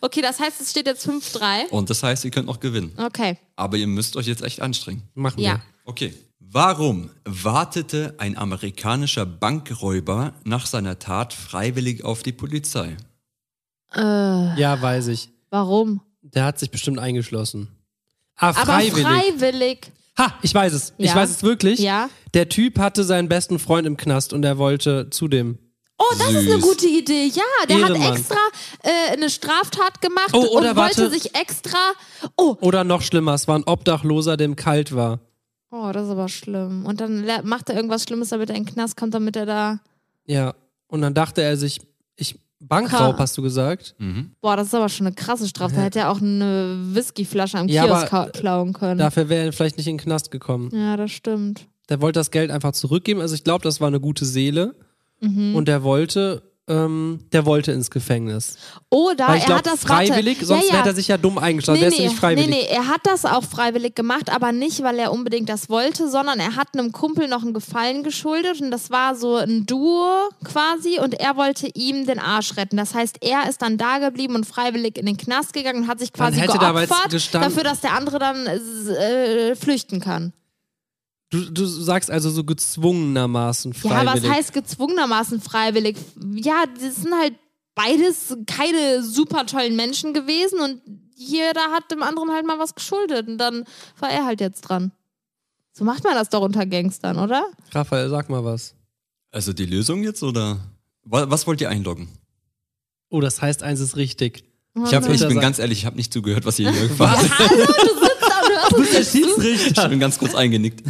Speaker 1: Okay, das heißt, es steht jetzt 5-3.
Speaker 4: Und das heißt, ihr könnt noch gewinnen.
Speaker 1: Okay,
Speaker 4: Aber ihr müsst euch jetzt echt anstrengen.
Speaker 3: Machen
Speaker 1: ja.
Speaker 3: wir.
Speaker 4: Okay. Warum wartete ein amerikanischer Bankräuber nach seiner Tat freiwillig auf die Polizei?
Speaker 1: Äh,
Speaker 3: Ja, weiß ich.
Speaker 1: warum?
Speaker 3: Der hat sich bestimmt eingeschlossen. Ah,
Speaker 1: Aber
Speaker 3: freiwillig.
Speaker 1: freiwillig.
Speaker 3: ha, ich weiß es. Ich
Speaker 1: Ja.
Speaker 3: weiß es wirklich.
Speaker 1: Ja.
Speaker 3: Der Typ hatte seinen besten Freund im Knast und er wollte zu dem.
Speaker 1: Oh, das ist eine
Speaker 4: Süß.
Speaker 1: gute Idee. Ja, der
Speaker 3: Ehrenmann.
Speaker 1: hat extra äh, eine Straftat gemacht
Speaker 3: Oh, oder
Speaker 1: und wollte
Speaker 3: warte.
Speaker 1: sich extra. Oh,
Speaker 3: Oder noch schlimmer, es war ein Obdachloser, dem kalt war.
Speaker 1: oh, das ist aber schlimm. Und dann le- macht er irgendwas Schlimmes, damit er in den Knast kommt, damit er da.
Speaker 3: Ja. Und dann dachte er sich, ich. Bankraub,
Speaker 1: Ka-
Speaker 3: hast du gesagt?
Speaker 1: Boah, das ist aber schon eine krasse Strafe. Da hätte er auch eine Whiskyflasche am
Speaker 3: Ja,
Speaker 1: Kiosk
Speaker 3: aber,
Speaker 1: ka- klauen können.
Speaker 3: Dafür wäre er vielleicht nicht in den Knast gekommen.
Speaker 1: ja, das stimmt.
Speaker 3: Der wollte das Geld einfach zurückgeben. Also ich glaube, das war eine gute Seele.
Speaker 1: Mhm.
Speaker 3: Und der wollte, ähm, der wollte ins Gefängnis.
Speaker 1: Oder
Speaker 3: Weil ich
Speaker 1: Ah, er
Speaker 3: glaube,
Speaker 1: hat das
Speaker 3: freiwillig,
Speaker 1: Ratte.
Speaker 3: sonst
Speaker 1: ja, ja.
Speaker 3: hätte er sich ja dumm eingeschlossen. der ist ja nicht freiwillig.
Speaker 1: Nee, nee, er hat das auch freiwillig gemacht, aber nicht, weil er unbedingt das wollte, sondern er hat einem Kumpel noch einen Gefallen geschuldet und das war so ein Duo quasi und er wollte ihm den Arsch retten. Das heißt, er ist dann da geblieben und freiwillig in den Knast gegangen und hat sich
Speaker 3: Man
Speaker 1: quasi
Speaker 3: hätte dabei jetzt
Speaker 1: geopfert
Speaker 3: gestanden-
Speaker 1: dafür, dass der andere dann äh, äh, flüchten kann.
Speaker 3: Du, du sagst also so gezwungenermaßen
Speaker 1: Ja, was
Speaker 3: freiwillig.
Speaker 1: heißt gezwungenermaßen freiwillig? Ja, das sind halt beides keine super tollen Menschen gewesen und jeder hat dem anderen halt mal was geschuldet und dann war er halt jetzt dran. So macht man das doch unter Gangstern, oder?
Speaker 3: Raphael, sag mal was.
Speaker 4: Also die Lösung jetzt oder? Wa- Was wollt ihr einloggen?
Speaker 3: Oh, das heißt, eins ist richtig.
Speaker 4: Ich, hab, ich
Speaker 3: Oder
Speaker 4: bin
Speaker 3: sag-
Speaker 4: ganz ehrlich, ich habe nicht zugehört, was ihr hier gefragt habt.
Speaker 3: Du bist der Schiedsrichter.
Speaker 4: Ich bin ganz kurz eingenickt.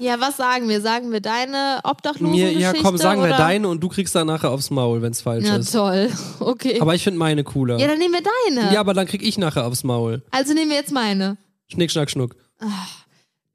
Speaker 1: Ja, was sagen wir? Sagen wir deine
Speaker 3: Mir,
Speaker 1: Obdachlosengeschichte?
Speaker 3: ja, komm, sagen wir
Speaker 1: oder?
Speaker 3: deine und du kriegst dann nachher aufs Maul, wenn's falsch
Speaker 1: Na
Speaker 3: ist.
Speaker 1: toll, okay.
Speaker 3: Aber ich finde meine cooler.
Speaker 1: ja, dann nehmen wir deine.
Speaker 3: Ja, aber dann krieg ich nachher aufs Maul.
Speaker 1: Also nehmen wir jetzt meine.
Speaker 3: Schnick, schnack, schnuck.
Speaker 1: Ah.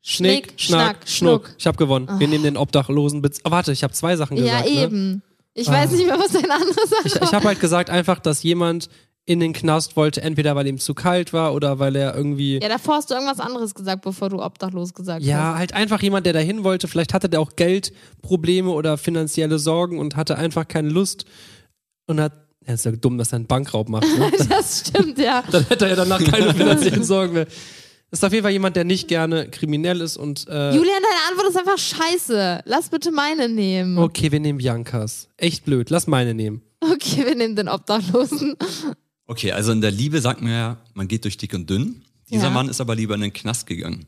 Speaker 1: Schnick, schnack, schnuck. Ah.
Speaker 3: Ich habe gewonnen. Wir nehmen den Obdachlosen. Bez oh, warte, ich habe zwei Sachen gesagt.
Speaker 1: ja,
Speaker 3: Ne?
Speaker 1: eben. Ich weiß nicht mehr, was deine andere Sache
Speaker 3: Ich, ich habe halt gesagt einfach, dass jemand in den Knast wollte, entweder weil ihm zu kalt war oder weil er irgendwie.
Speaker 1: Ja, davor hast du irgendwas anderes gesagt, bevor du obdachlos gesagt
Speaker 3: Ja,
Speaker 1: hast.
Speaker 3: halt einfach jemand, der dahin wollte. Vielleicht hatte der auch Geldprobleme oder finanzielle Sorgen und hatte einfach keine Lust und hat. Ja, ist ja dumm, dass er einen Bankraub macht. Ne?
Speaker 1: Das stimmt, ja.
Speaker 3: Dann hätte er ja danach keine finanziellen Sorgen mehr. Ist auf jeden Fall jemand, der nicht gerne kriminell ist und. Äh,
Speaker 1: Julian, deine Antwort ist einfach scheiße. Lass bitte meine nehmen. Okay,
Speaker 3: okay, wir nehmen Biancas. Echt blöd. Lass meine nehmen.
Speaker 1: wir nehmen den Obdachlosen.
Speaker 4: Okay, also in der Liebe sagt man ja, man geht durch dick und dünn. Dieser
Speaker 1: Ja.
Speaker 4: Mann ist aber lieber in den Knast gegangen.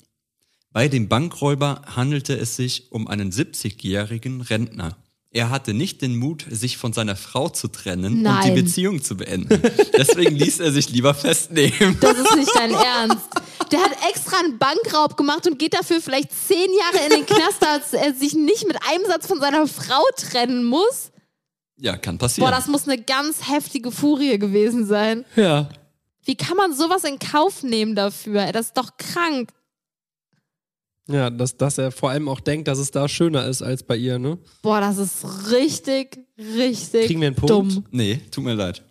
Speaker 4: Bei dem Bankräuber handelte es sich um einen 70-jährigen Rentner. Er hatte nicht den Mut, sich von seiner Frau zu trennen und
Speaker 1: Nein.
Speaker 4: die Beziehung zu beenden. Deswegen ließ er sich lieber festnehmen.
Speaker 1: Das ist nicht dein Ernst. Der hat extra einen Bankraub gemacht und geht dafür vielleicht zehn Jahre in den Knast, dass er sich nicht mit einem Satz von seiner Frau trennen muss.
Speaker 4: Ja, kann passieren.
Speaker 1: Boah, das muss eine ganz heftige Furie gewesen sein.
Speaker 3: Ja.
Speaker 1: Wie kann man sowas in Kauf nehmen dafür? Das ist doch krank.
Speaker 3: Ja, dass, dass er vor allem auch denkt, dass es da schöner ist als bei ihr, ne?
Speaker 1: Boah, das ist richtig, richtig
Speaker 3: Kriegen wir einen Punkt? Also-
Speaker 1: dumm.
Speaker 4: nee, tut mir leid.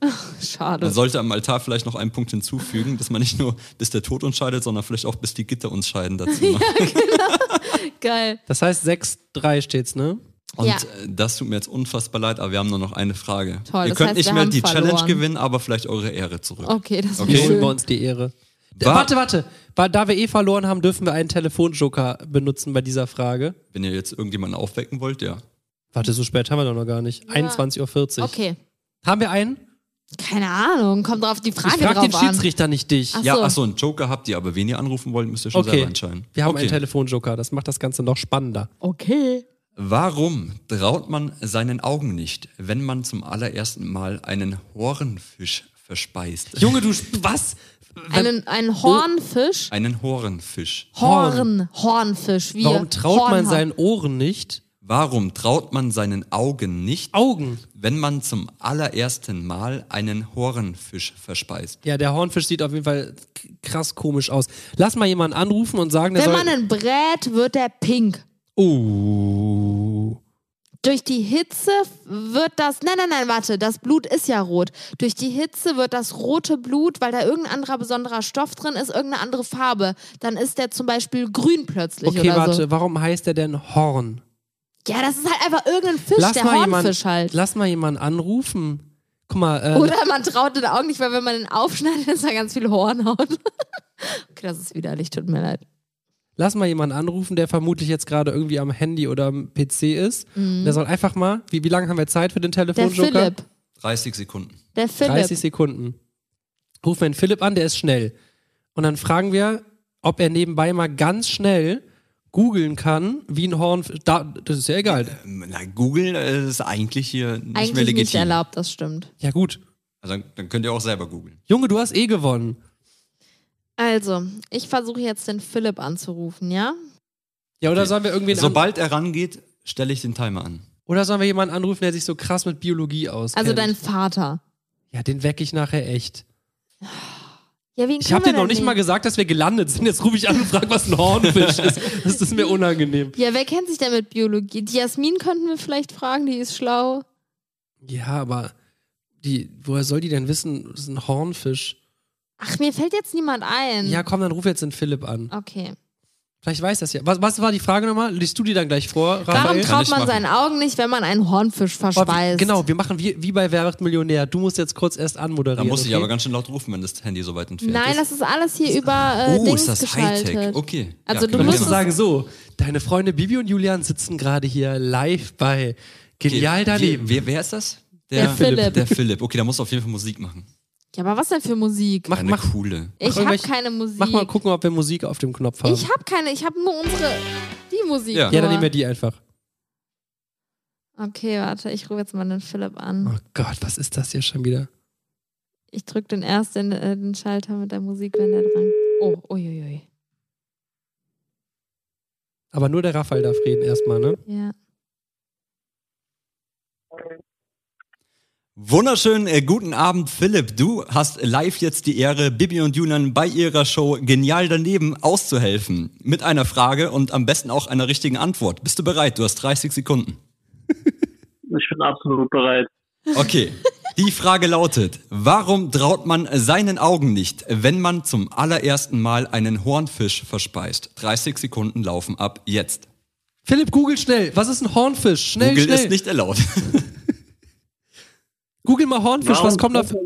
Speaker 1: Schade.
Speaker 4: Man sollte am Altar vielleicht noch einen Punkt hinzufügen, dass man nicht nur bis der Tod uns scheidet, sondern vielleicht auch bis die Gitter uns scheiden dazu. ne? Macht.
Speaker 1: Geil.
Speaker 3: Das heißt, 6-3 steht's, ne?
Speaker 4: Und
Speaker 1: Ja.
Speaker 4: äh, das tut mir jetzt unfassbar leid, aber wir haben nur noch eine Frage.
Speaker 1: Toll,
Speaker 4: Ihr
Speaker 1: das
Speaker 4: könnt
Speaker 1: heißt,
Speaker 4: nicht
Speaker 1: wir
Speaker 4: mehr
Speaker 1: haben
Speaker 4: die Challenge
Speaker 1: verloren. Oh.
Speaker 4: gewinnen, aber vielleicht eure Ehre zurück.
Speaker 1: Okay, das
Speaker 4: Okay.
Speaker 1: ist
Speaker 3: Wir holen
Speaker 1: schön.
Speaker 3: wir uns die Ehre. D-
Speaker 4: Wa-
Speaker 3: warte, warte. Wa- Da wir eh verloren haben, dürfen wir einen Telefonjoker benutzen bei dieser Frage.
Speaker 4: Wenn ihr jetzt irgendjemanden aufwecken wollt, ja.
Speaker 3: Warte, so spät haben wir doch noch gar nicht. 21.40 Uhr.
Speaker 1: Okay.
Speaker 3: Haben wir einen?
Speaker 1: Keine Ahnung, kommt drauf die Frage
Speaker 3: ich frag
Speaker 1: drauf
Speaker 3: den Schiedsrichter, nicht dich.
Speaker 1: Ach
Speaker 4: ja,
Speaker 1: so.
Speaker 4: achso, einen Joker habt ihr, aber wen ihr anrufen wollt, müsst ihr schon selber
Speaker 3: okay.
Speaker 4: entscheiden.
Speaker 3: Wir haben
Speaker 4: okay.
Speaker 3: einen Telefonjoker. Das macht das Ganze noch spannender.
Speaker 1: an. Okay.
Speaker 4: Warum traut man seinen Augen nicht, wenn man zum allerersten Mal einen Hornfisch verspeist.
Speaker 3: Junge, du, sp- was? Wenn-
Speaker 1: Einen, einen Hornfisch.
Speaker 4: Einen Hornfisch.
Speaker 1: Horn. Hornfisch. Wie
Speaker 3: Warum traut man
Speaker 1: Hornhaar.
Speaker 3: seinen Ohren nicht?
Speaker 4: Warum traut man seinen Augen nicht,
Speaker 3: Augen.
Speaker 4: wenn man zum allerersten Mal einen Hornfisch verspeist?
Speaker 3: Ja, der Hornfisch sieht auf jeden Fall k- krass komisch aus. Lass mal jemanden anrufen und sagen, der
Speaker 1: Wenn
Speaker 3: soll...
Speaker 1: man einen brät, wird er pink.
Speaker 3: oh.
Speaker 1: Durch die Hitze wird das. Nein, nein, nein, warte, das Blut ist ja rot. Durch die Hitze wird das rote Blut, weil da irgendein anderer besonderer Stoff drin ist, irgendeine andere Farbe. Dann ist der zum Beispiel grün plötzlich
Speaker 3: Okay,
Speaker 1: oder
Speaker 3: warte,
Speaker 1: so.
Speaker 3: warum heißt der denn Horn?
Speaker 1: Ja, das ist halt einfach irgendein Fisch, der Hornfisch
Speaker 3: jemand,
Speaker 1: halt.
Speaker 3: lass mal jemanden anrufen. Guck mal, äh,
Speaker 4: Also
Speaker 1: Oder man traut den Augen nicht, weil wenn man den aufschneidet, ist da ganz viel Hornhaut. okay, das ist widerlich, tut mir leid.
Speaker 3: lass mal jemanden anrufen, der vermutlich jetzt gerade irgendwie am Handy oder am PC ist. Der soll einfach mal, wie, wie lange haben wir Zeit für den
Speaker 1: Mhm. Der
Speaker 3: Telefonjoker?
Speaker 1: Philipp.
Speaker 4: 30 Sekunden.
Speaker 1: Der
Speaker 3: 30
Speaker 1: Philipp.
Speaker 3: Sekunden. Rufen wir den Philipp an, der ist schnell. Und dann fragen wir, ob er nebenbei mal ganz schnell googeln kann, wie ein Horn. Da, das ist ja egal.
Speaker 4: Na, Google äh, ist eigentlich hier nicht mehr
Speaker 1: Eigentlich
Speaker 4: legitim.
Speaker 1: nicht erlaubt, das stimmt.
Speaker 3: Ja, gut.
Speaker 4: Also dann, dann könnt ihr auch selber googeln.
Speaker 3: Junge, du hast eh gewonnen.
Speaker 1: Also, ich versuche jetzt den Philipp anzurufen, ja?
Speaker 3: Ja, oder
Speaker 4: Okay.
Speaker 3: sollen wir irgendwie an,
Speaker 4: Also, Sobald er rangeht, stelle ich den Timer an.
Speaker 3: oder sollen wir jemanden anrufen, der sich so krass mit Biologie auskennt?
Speaker 1: Also dein Vater.
Speaker 3: Ja, den wecke ich nachher echt.
Speaker 1: Ja, wen
Speaker 3: Ich
Speaker 1: können
Speaker 3: habe
Speaker 1: wir
Speaker 3: dir noch
Speaker 1: denn
Speaker 3: nicht
Speaker 1: nehmen?
Speaker 3: mal gesagt, dass wir gelandet sind. Jetzt rufe ich an und frage, was ein Hornfisch ist. Das ist mir unangenehm.
Speaker 1: Ja, wer kennt sich denn mit Biologie? Die Jasmin könnten wir vielleicht fragen, die ist schlau.
Speaker 3: Ja, aber die, woher soll die denn wissen, das ist ein Hornfisch?
Speaker 1: Ach, mir fällt jetzt niemand ein.
Speaker 3: Ja, komm, dann ruf jetzt den Philipp an.
Speaker 1: Okay.
Speaker 3: Vielleicht weiß das ja. Was, was war die Frage nochmal? Liest du die dann gleich vor,
Speaker 1: Warum
Speaker 3: Raphael?
Speaker 4: kann
Speaker 1: traut
Speaker 4: ich
Speaker 1: man
Speaker 4: machen.
Speaker 1: seinen Augen nicht, wenn man einen Hornfisch
Speaker 3: Oh, wir,
Speaker 1: verspeist?
Speaker 3: genau, wir machen wie, wie bei Wer wird Millionär. Du musst jetzt kurz erst
Speaker 4: Da
Speaker 3: anmoderieren.
Speaker 4: muss ich
Speaker 3: okay?
Speaker 4: aber ganz schön laut rufen, wenn das Handy so weit entfernt
Speaker 1: Nein,
Speaker 4: ist.
Speaker 1: das ist alles hier über äh,
Speaker 4: oh,
Speaker 1: Dings
Speaker 4: ist das
Speaker 1: geschaltet.
Speaker 4: Hightech. Okay.
Speaker 1: Also du
Speaker 4: können
Speaker 3: Dann
Speaker 4: wir
Speaker 3: musst du
Speaker 1: musst
Speaker 4: machen.
Speaker 3: sagen, so, deine Freunde Bibi und Julian sitzen gerade hier live bei Genial
Speaker 4: Okay,
Speaker 3: daneben.
Speaker 4: Wer, wer, wer ist das?
Speaker 1: Der Philipp.
Speaker 4: Der Philipp. Okay, da musst du auf jeden Fall Musik machen.
Speaker 1: Ja, aber was denn für Musik?
Speaker 3: Mach-
Speaker 4: Eine coole.
Speaker 1: ich habe
Speaker 3: irgendwelche-
Speaker 1: keine Musik.
Speaker 3: Mach mal gucken, ob wir Musik auf dem Knopf haben.
Speaker 1: ich habe keine, ich habe nur unsere die Musik.
Speaker 4: Ja.
Speaker 3: ja, dann
Speaker 1: nur.
Speaker 3: nehmen wir die einfach.
Speaker 1: Okay, warte, ich rufe jetzt mal den Philipp an.
Speaker 3: Oh Gott, was ist das hier schon wieder?
Speaker 1: Ich drück den ersten äh, den Schalter mit der Musik, wenn der dran. Oh, uiuiui.
Speaker 3: Aber nur der Raphael darf reden erstmal, ne?
Speaker 1: Ja.
Speaker 4: Wunderschönen äh, guten Abend, Philipp. Du hast live jetzt die Ehre, Bibi und Julian bei ihrer Show Genial daneben auszuhelfen. Mit einer Frage und am besten auch einer richtigen Antwort. Bist du bereit? Du hast 30 Sekunden.
Speaker 5: Ich bin absolut bereit.
Speaker 4: Okay. Die Frage lautet, warum traut man seinen Augen nicht, wenn man zum allerersten Mal einen Hornfisch verspeist? 30 Sekunden laufen ab jetzt.
Speaker 3: Philipp, google schnell. Was ist ein Hornfisch? Schnell,
Speaker 4: Google
Speaker 3: schnell.
Speaker 4: ist nicht erlaubt.
Speaker 3: Google mal Hornfisch. was kommt da? für-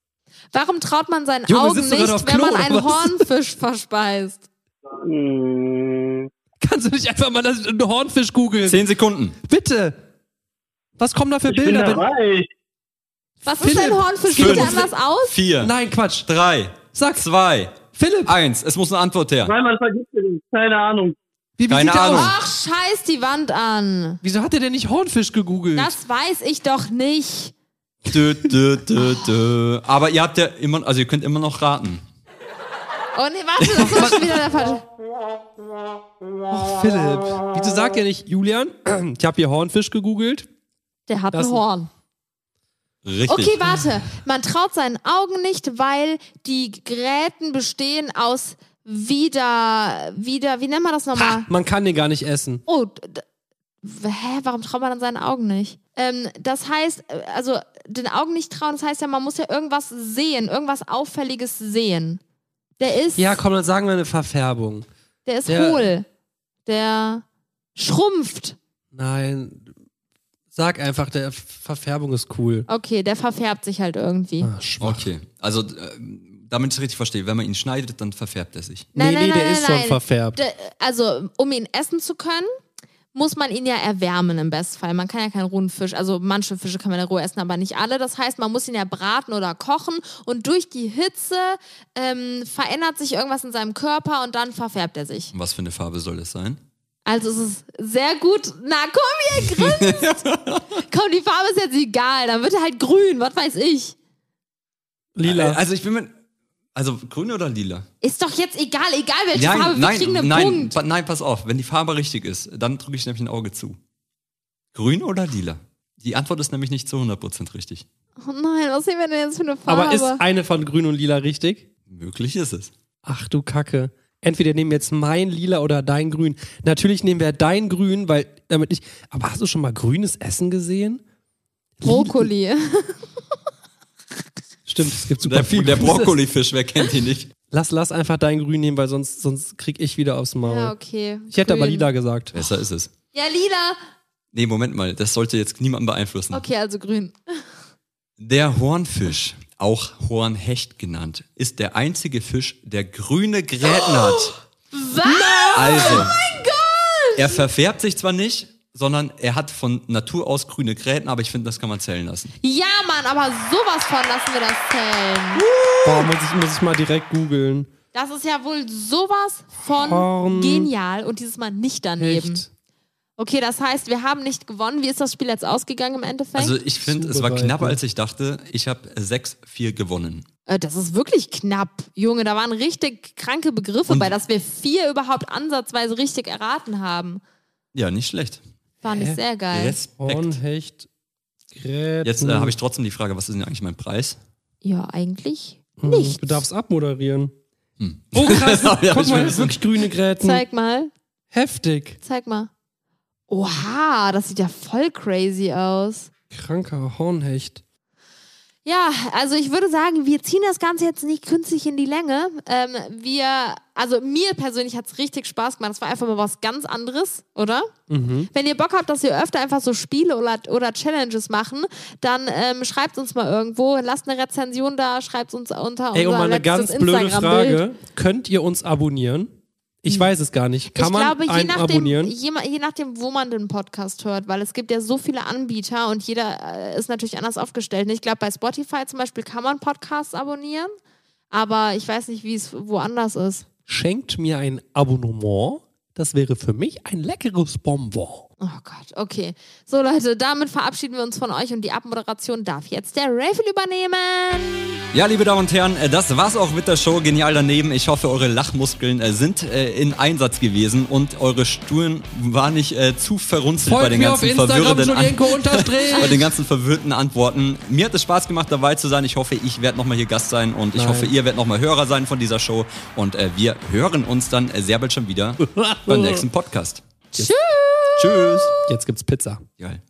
Speaker 1: Warum traut man seinen
Speaker 3: Junge,
Speaker 1: Augen
Speaker 3: sitzt du gerade
Speaker 1: nicht,
Speaker 3: auf
Speaker 1: wenn
Speaker 3: Klo,
Speaker 1: man einen
Speaker 3: oder was?
Speaker 1: Hornfisch verspeist?
Speaker 5: Hm,
Speaker 3: Kannst du nicht einfach mal das einen Hornfisch googeln?
Speaker 4: 10 Sekunden.
Speaker 3: Bitte. Was kommen da für
Speaker 5: Ich bin
Speaker 3: Bilder? wenn-
Speaker 5: dabei.
Speaker 1: Was ist ein
Speaker 3: Philipp,
Speaker 1: Hornfisch? Sieht der
Speaker 4: fünf.
Speaker 1: anders aus?
Speaker 4: 4,
Speaker 3: Nein, Quatsch.
Speaker 4: 3,
Speaker 3: Sag's.
Speaker 4: 2,
Speaker 3: Philipp,
Speaker 4: 1. Es muss eine Antwort her.
Speaker 5: Zweimal vergisst ihr den. Keine Ahnung.
Speaker 3: wie, wie
Speaker 4: Keine
Speaker 3: sieht der
Speaker 4: Ahnung.
Speaker 3: aus?
Speaker 1: Ach, scheiß die Wand an.
Speaker 3: Wieso hat er denn nicht Hornfisch gegoogelt?
Speaker 1: Das weiß ich doch nicht.
Speaker 4: Dö, dö, dö, dö. Aber ihr habt ja immer, also ihr könnt immer noch raten.
Speaker 1: Oh nee, warte, das ist schon wieder der falsche.
Speaker 3: Ach, Philipp. Wieso sagt er nicht, Julian? Ich habe hier Hornfisch gegoogelt.
Speaker 1: Der hat
Speaker 3: Das-
Speaker 1: ein Horn.
Speaker 4: Richtig.
Speaker 1: Okay, warte. Man traut seinen Augen nicht, weil die Gräten bestehen aus wieder, wieder, wie nennt man das nochmal?
Speaker 3: Man kann den gar nicht essen.
Speaker 1: Oh, d- d- hä, warum traut man dann seinen Augen nicht? Ähm, das heißt, äh, also den Augen nicht trauen, das heißt ja, man muss ja irgendwas sehen, irgendwas Auffälliges sehen. Der ist,
Speaker 3: Ja, komm, dann sagen wir eine Verfärbung.
Speaker 1: der ist
Speaker 3: der-
Speaker 1: hohl. Der schrumpft.
Speaker 3: Nein. Sag einfach, der Verfärbung ist cool.
Speaker 1: Okay, der verfärbt sich halt irgendwie.
Speaker 3: Ah, schwach.
Speaker 4: Okay. Also, ähm, damit ich es richtig verstehe, wenn man ihn schneidet, dann verfärbt er sich.
Speaker 1: Nein,
Speaker 3: nee,
Speaker 1: nein,
Speaker 3: nee, der
Speaker 1: nein,
Speaker 3: ist
Speaker 1: nein,
Speaker 3: schon
Speaker 1: nein.
Speaker 3: verfärbt.
Speaker 1: D- Also, um ihn essen zu können, muss man ihn ja erwärmen im Bestfall. Man kann ja keinen rohen Fisch, also manche Fische kann man ja roh essen, aber nicht alle. Das heißt, man muss ihn ja braten oder kochen und durch die Hitze ähm, verändert sich irgendwas in seinem Körper und dann verfärbt er sich.
Speaker 4: Und was für eine Farbe soll es sein?
Speaker 1: Also es ist sehr gut. Na komm, ihr grinst! komm, die Farbe ist jetzt egal, dann wird er halt grün, was weiß ich.
Speaker 3: Lila.
Speaker 4: Also ich bin mit. Also grün oder lila?
Speaker 1: Ist doch jetzt egal, egal welche Farbe, wir kriegen
Speaker 4: nein,
Speaker 1: einen
Speaker 4: nein,
Speaker 1: Punkt.
Speaker 4: pa- nein, pass auf. Wenn die Farbe richtig ist, dann drücke ich nämlich ein Auge zu. Grün oder lila? Die Antwort ist nämlich nicht zu 100% richtig.
Speaker 1: Oh nein, was sehen wir denn jetzt für eine Farbe?
Speaker 3: aber ist eine von grün und lila richtig?
Speaker 4: Möglich ist es.
Speaker 3: Ach du Kacke. Entweder nehmen wir jetzt mein Lila oder dein Grün. Natürlich nehmen wir dein Grün, weil damit nicht. Aber hast du schon mal grünes Essen gesehen?
Speaker 1: Brokkoli.
Speaker 3: Stimmt, es gibt super
Speaker 4: Der,
Speaker 3: viel
Speaker 4: der
Speaker 3: grünes
Speaker 4: Brokkolifisch, wer kennt ihn nicht?
Speaker 3: Essen. Lass, lass einfach dein Grün nehmen, weil sonst, sonst krieg ich wieder aufs Maul.
Speaker 1: ja, okay.
Speaker 3: Ich hätte aber
Speaker 1: Grün.
Speaker 3: Lila gesagt.
Speaker 4: Besser ist es.
Speaker 1: Ja, lila.
Speaker 4: Nee, Moment mal, das sollte jetzt niemanden beeinflussen.
Speaker 1: Okay, also grün.
Speaker 4: Der Hornfisch, auch Hornhecht genannt, ist der einzige Fisch, der grüne
Speaker 3: Oh!
Speaker 4: Gräten hat.
Speaker 1: Was?
Speaker 4: Also, er verfärbt sich zwar nicht, sondern er hat von Natur aus grüne Gräten, aber ich finde, das kann man zählen lassen.
Speaker 1: Ja, Mann, aber sowas von lassen wir das zählen.
Speaker 3: Boah, muss ich, muss ich mal direkt googeln.
Speaker 1: Das ist ja wohl sowas von
Speaker 3: Horn-
Speaker 1: genial und dieses Mal nicht daneben.
Speaker 3: Echt?
Speaker 1: Okay, das heißt, wir haben nicht gewonnen. Wie ist das Spiel jetzt ausgegangen im Endeffekt?
Speaker 4: Also ich finde, es war
Speaker 3: Zubereiten.
Speaker 4: knapper, als ich dachte. Ich habe 6-4 gewonnen.
Speaker 1: Äh, Das ist wirklich knapp, Junge. Da waren richtig kranke Begriffe
Speaker 4: Und-
Speaker 1: bei, dass wir vier überhaupt ansatzweise richtig erraten haben.
Speaker 4: Ja, nicht schlecht.
Speaker 1: Fand ich sehr geil.
Speaker 4: Respekt.
Speaker 3: Hornhecht. Gräten.
Speaker 4: Jetzt äh, habe ich trotzdem die Frage, was ist denn eigentlich mein Preis?
Speaker 1: Ja, eigentlich
Speaker 3: Hm,
Speaker 1: nicht.
Speaker 3: Du darfst abmoderieren.
Speaker 4: Hm.
Speaker 3: Oh krass,
Speaker 4: Ja, ich
Speaker 3: guck mal,
Speaker 4: will
Speaker 3: das ist wirklich grüne Gräten.
Speaker 1: Zeig mal,
Speaker 3: Heftig.
Speaker 1: zeig mal. Oha, das sieht ja voll crazy aus.
Speaker 3: Kranker Hornhecht.
Speaker 1: Ja, also ich würde sagen, wir ziehen das Ganze jetzt nicht künstlich in die Länge. Ähm, wir, also mir persönlich hat's richtig Spaß gemacht. Das war einfach mal was ganz anderes, oder?
Speaker 3: Mhm.
Speaker 1: Wenn ihr Bock habt, dass wir öfter einfach so Spiele oder, oder Challenges machen, dann ähm, schreibt uns mal irgendwo, lasst eine Rezension da, schreibt uns unter
Speaker 3: Ey, und
Speaker 1: unser
Speaker 3: mal eine ganz
Speaker 1: letztes
Speaker 3: blöde
Speaker 1: Instagram-Bild. Hm.
Speaker 3: Frage. Könnt ihr uns abonnieren? Ich weiß es gar nicht. Kann
Speaker 1: ich
Speaker 3: man
Speaker 1: glaube, je
Speaker 3: einen
Speaker 1: nachdem,
Speaker 3: abonnieren?
Speaker 1: Je, je nachdem, wo man den Podcast hört, weil es gibt ja so viele Anbieter und jeder äh, ist natürlich anders aufgestellt. Und Ich glaube, bei Spotify zum Beispiel kann man Podcasts abonnieren, aber ich weiß nicht, wie es woanders ist.
Speaker 3: Schenkt mir ein Abonnement. Das wäre für mich ein leckeres Bonbon.
Speaker 1: Oh Gott, okay. So Leute, damit verabschieden wir uns von euch und die Abmoderation darf jetzt der Raphael übernehmen.
Speaker 4: Ja, liebe Damen und Herren, äh, das war's auch mit der Show. Genial daneben. Ich hoffe, eure Lachmuskeln äh, sind äh, in Einsatz gewesen und eure Stirn war nicht äh, zu verrunzelt bei den ganzen verwirrenden An bei den ganzen verwirrten Antworten. Mir hat es Spaß gemacht, dabei zu sein. Ich hoffe, ich werde nochmal hier Gast sein und ich
Speaker 3: Nein.
Speaker 4: hoffe, ihr werdet nochmal Hörer sein von dieser Show. Und äh, wir hören uns dann äh, sehr bald schon wieder beim nächsten Podcast. Tschüss. Tschüss.
Speaker 3: Jetzt gibt's Pizza.
Speaker 4: Geil.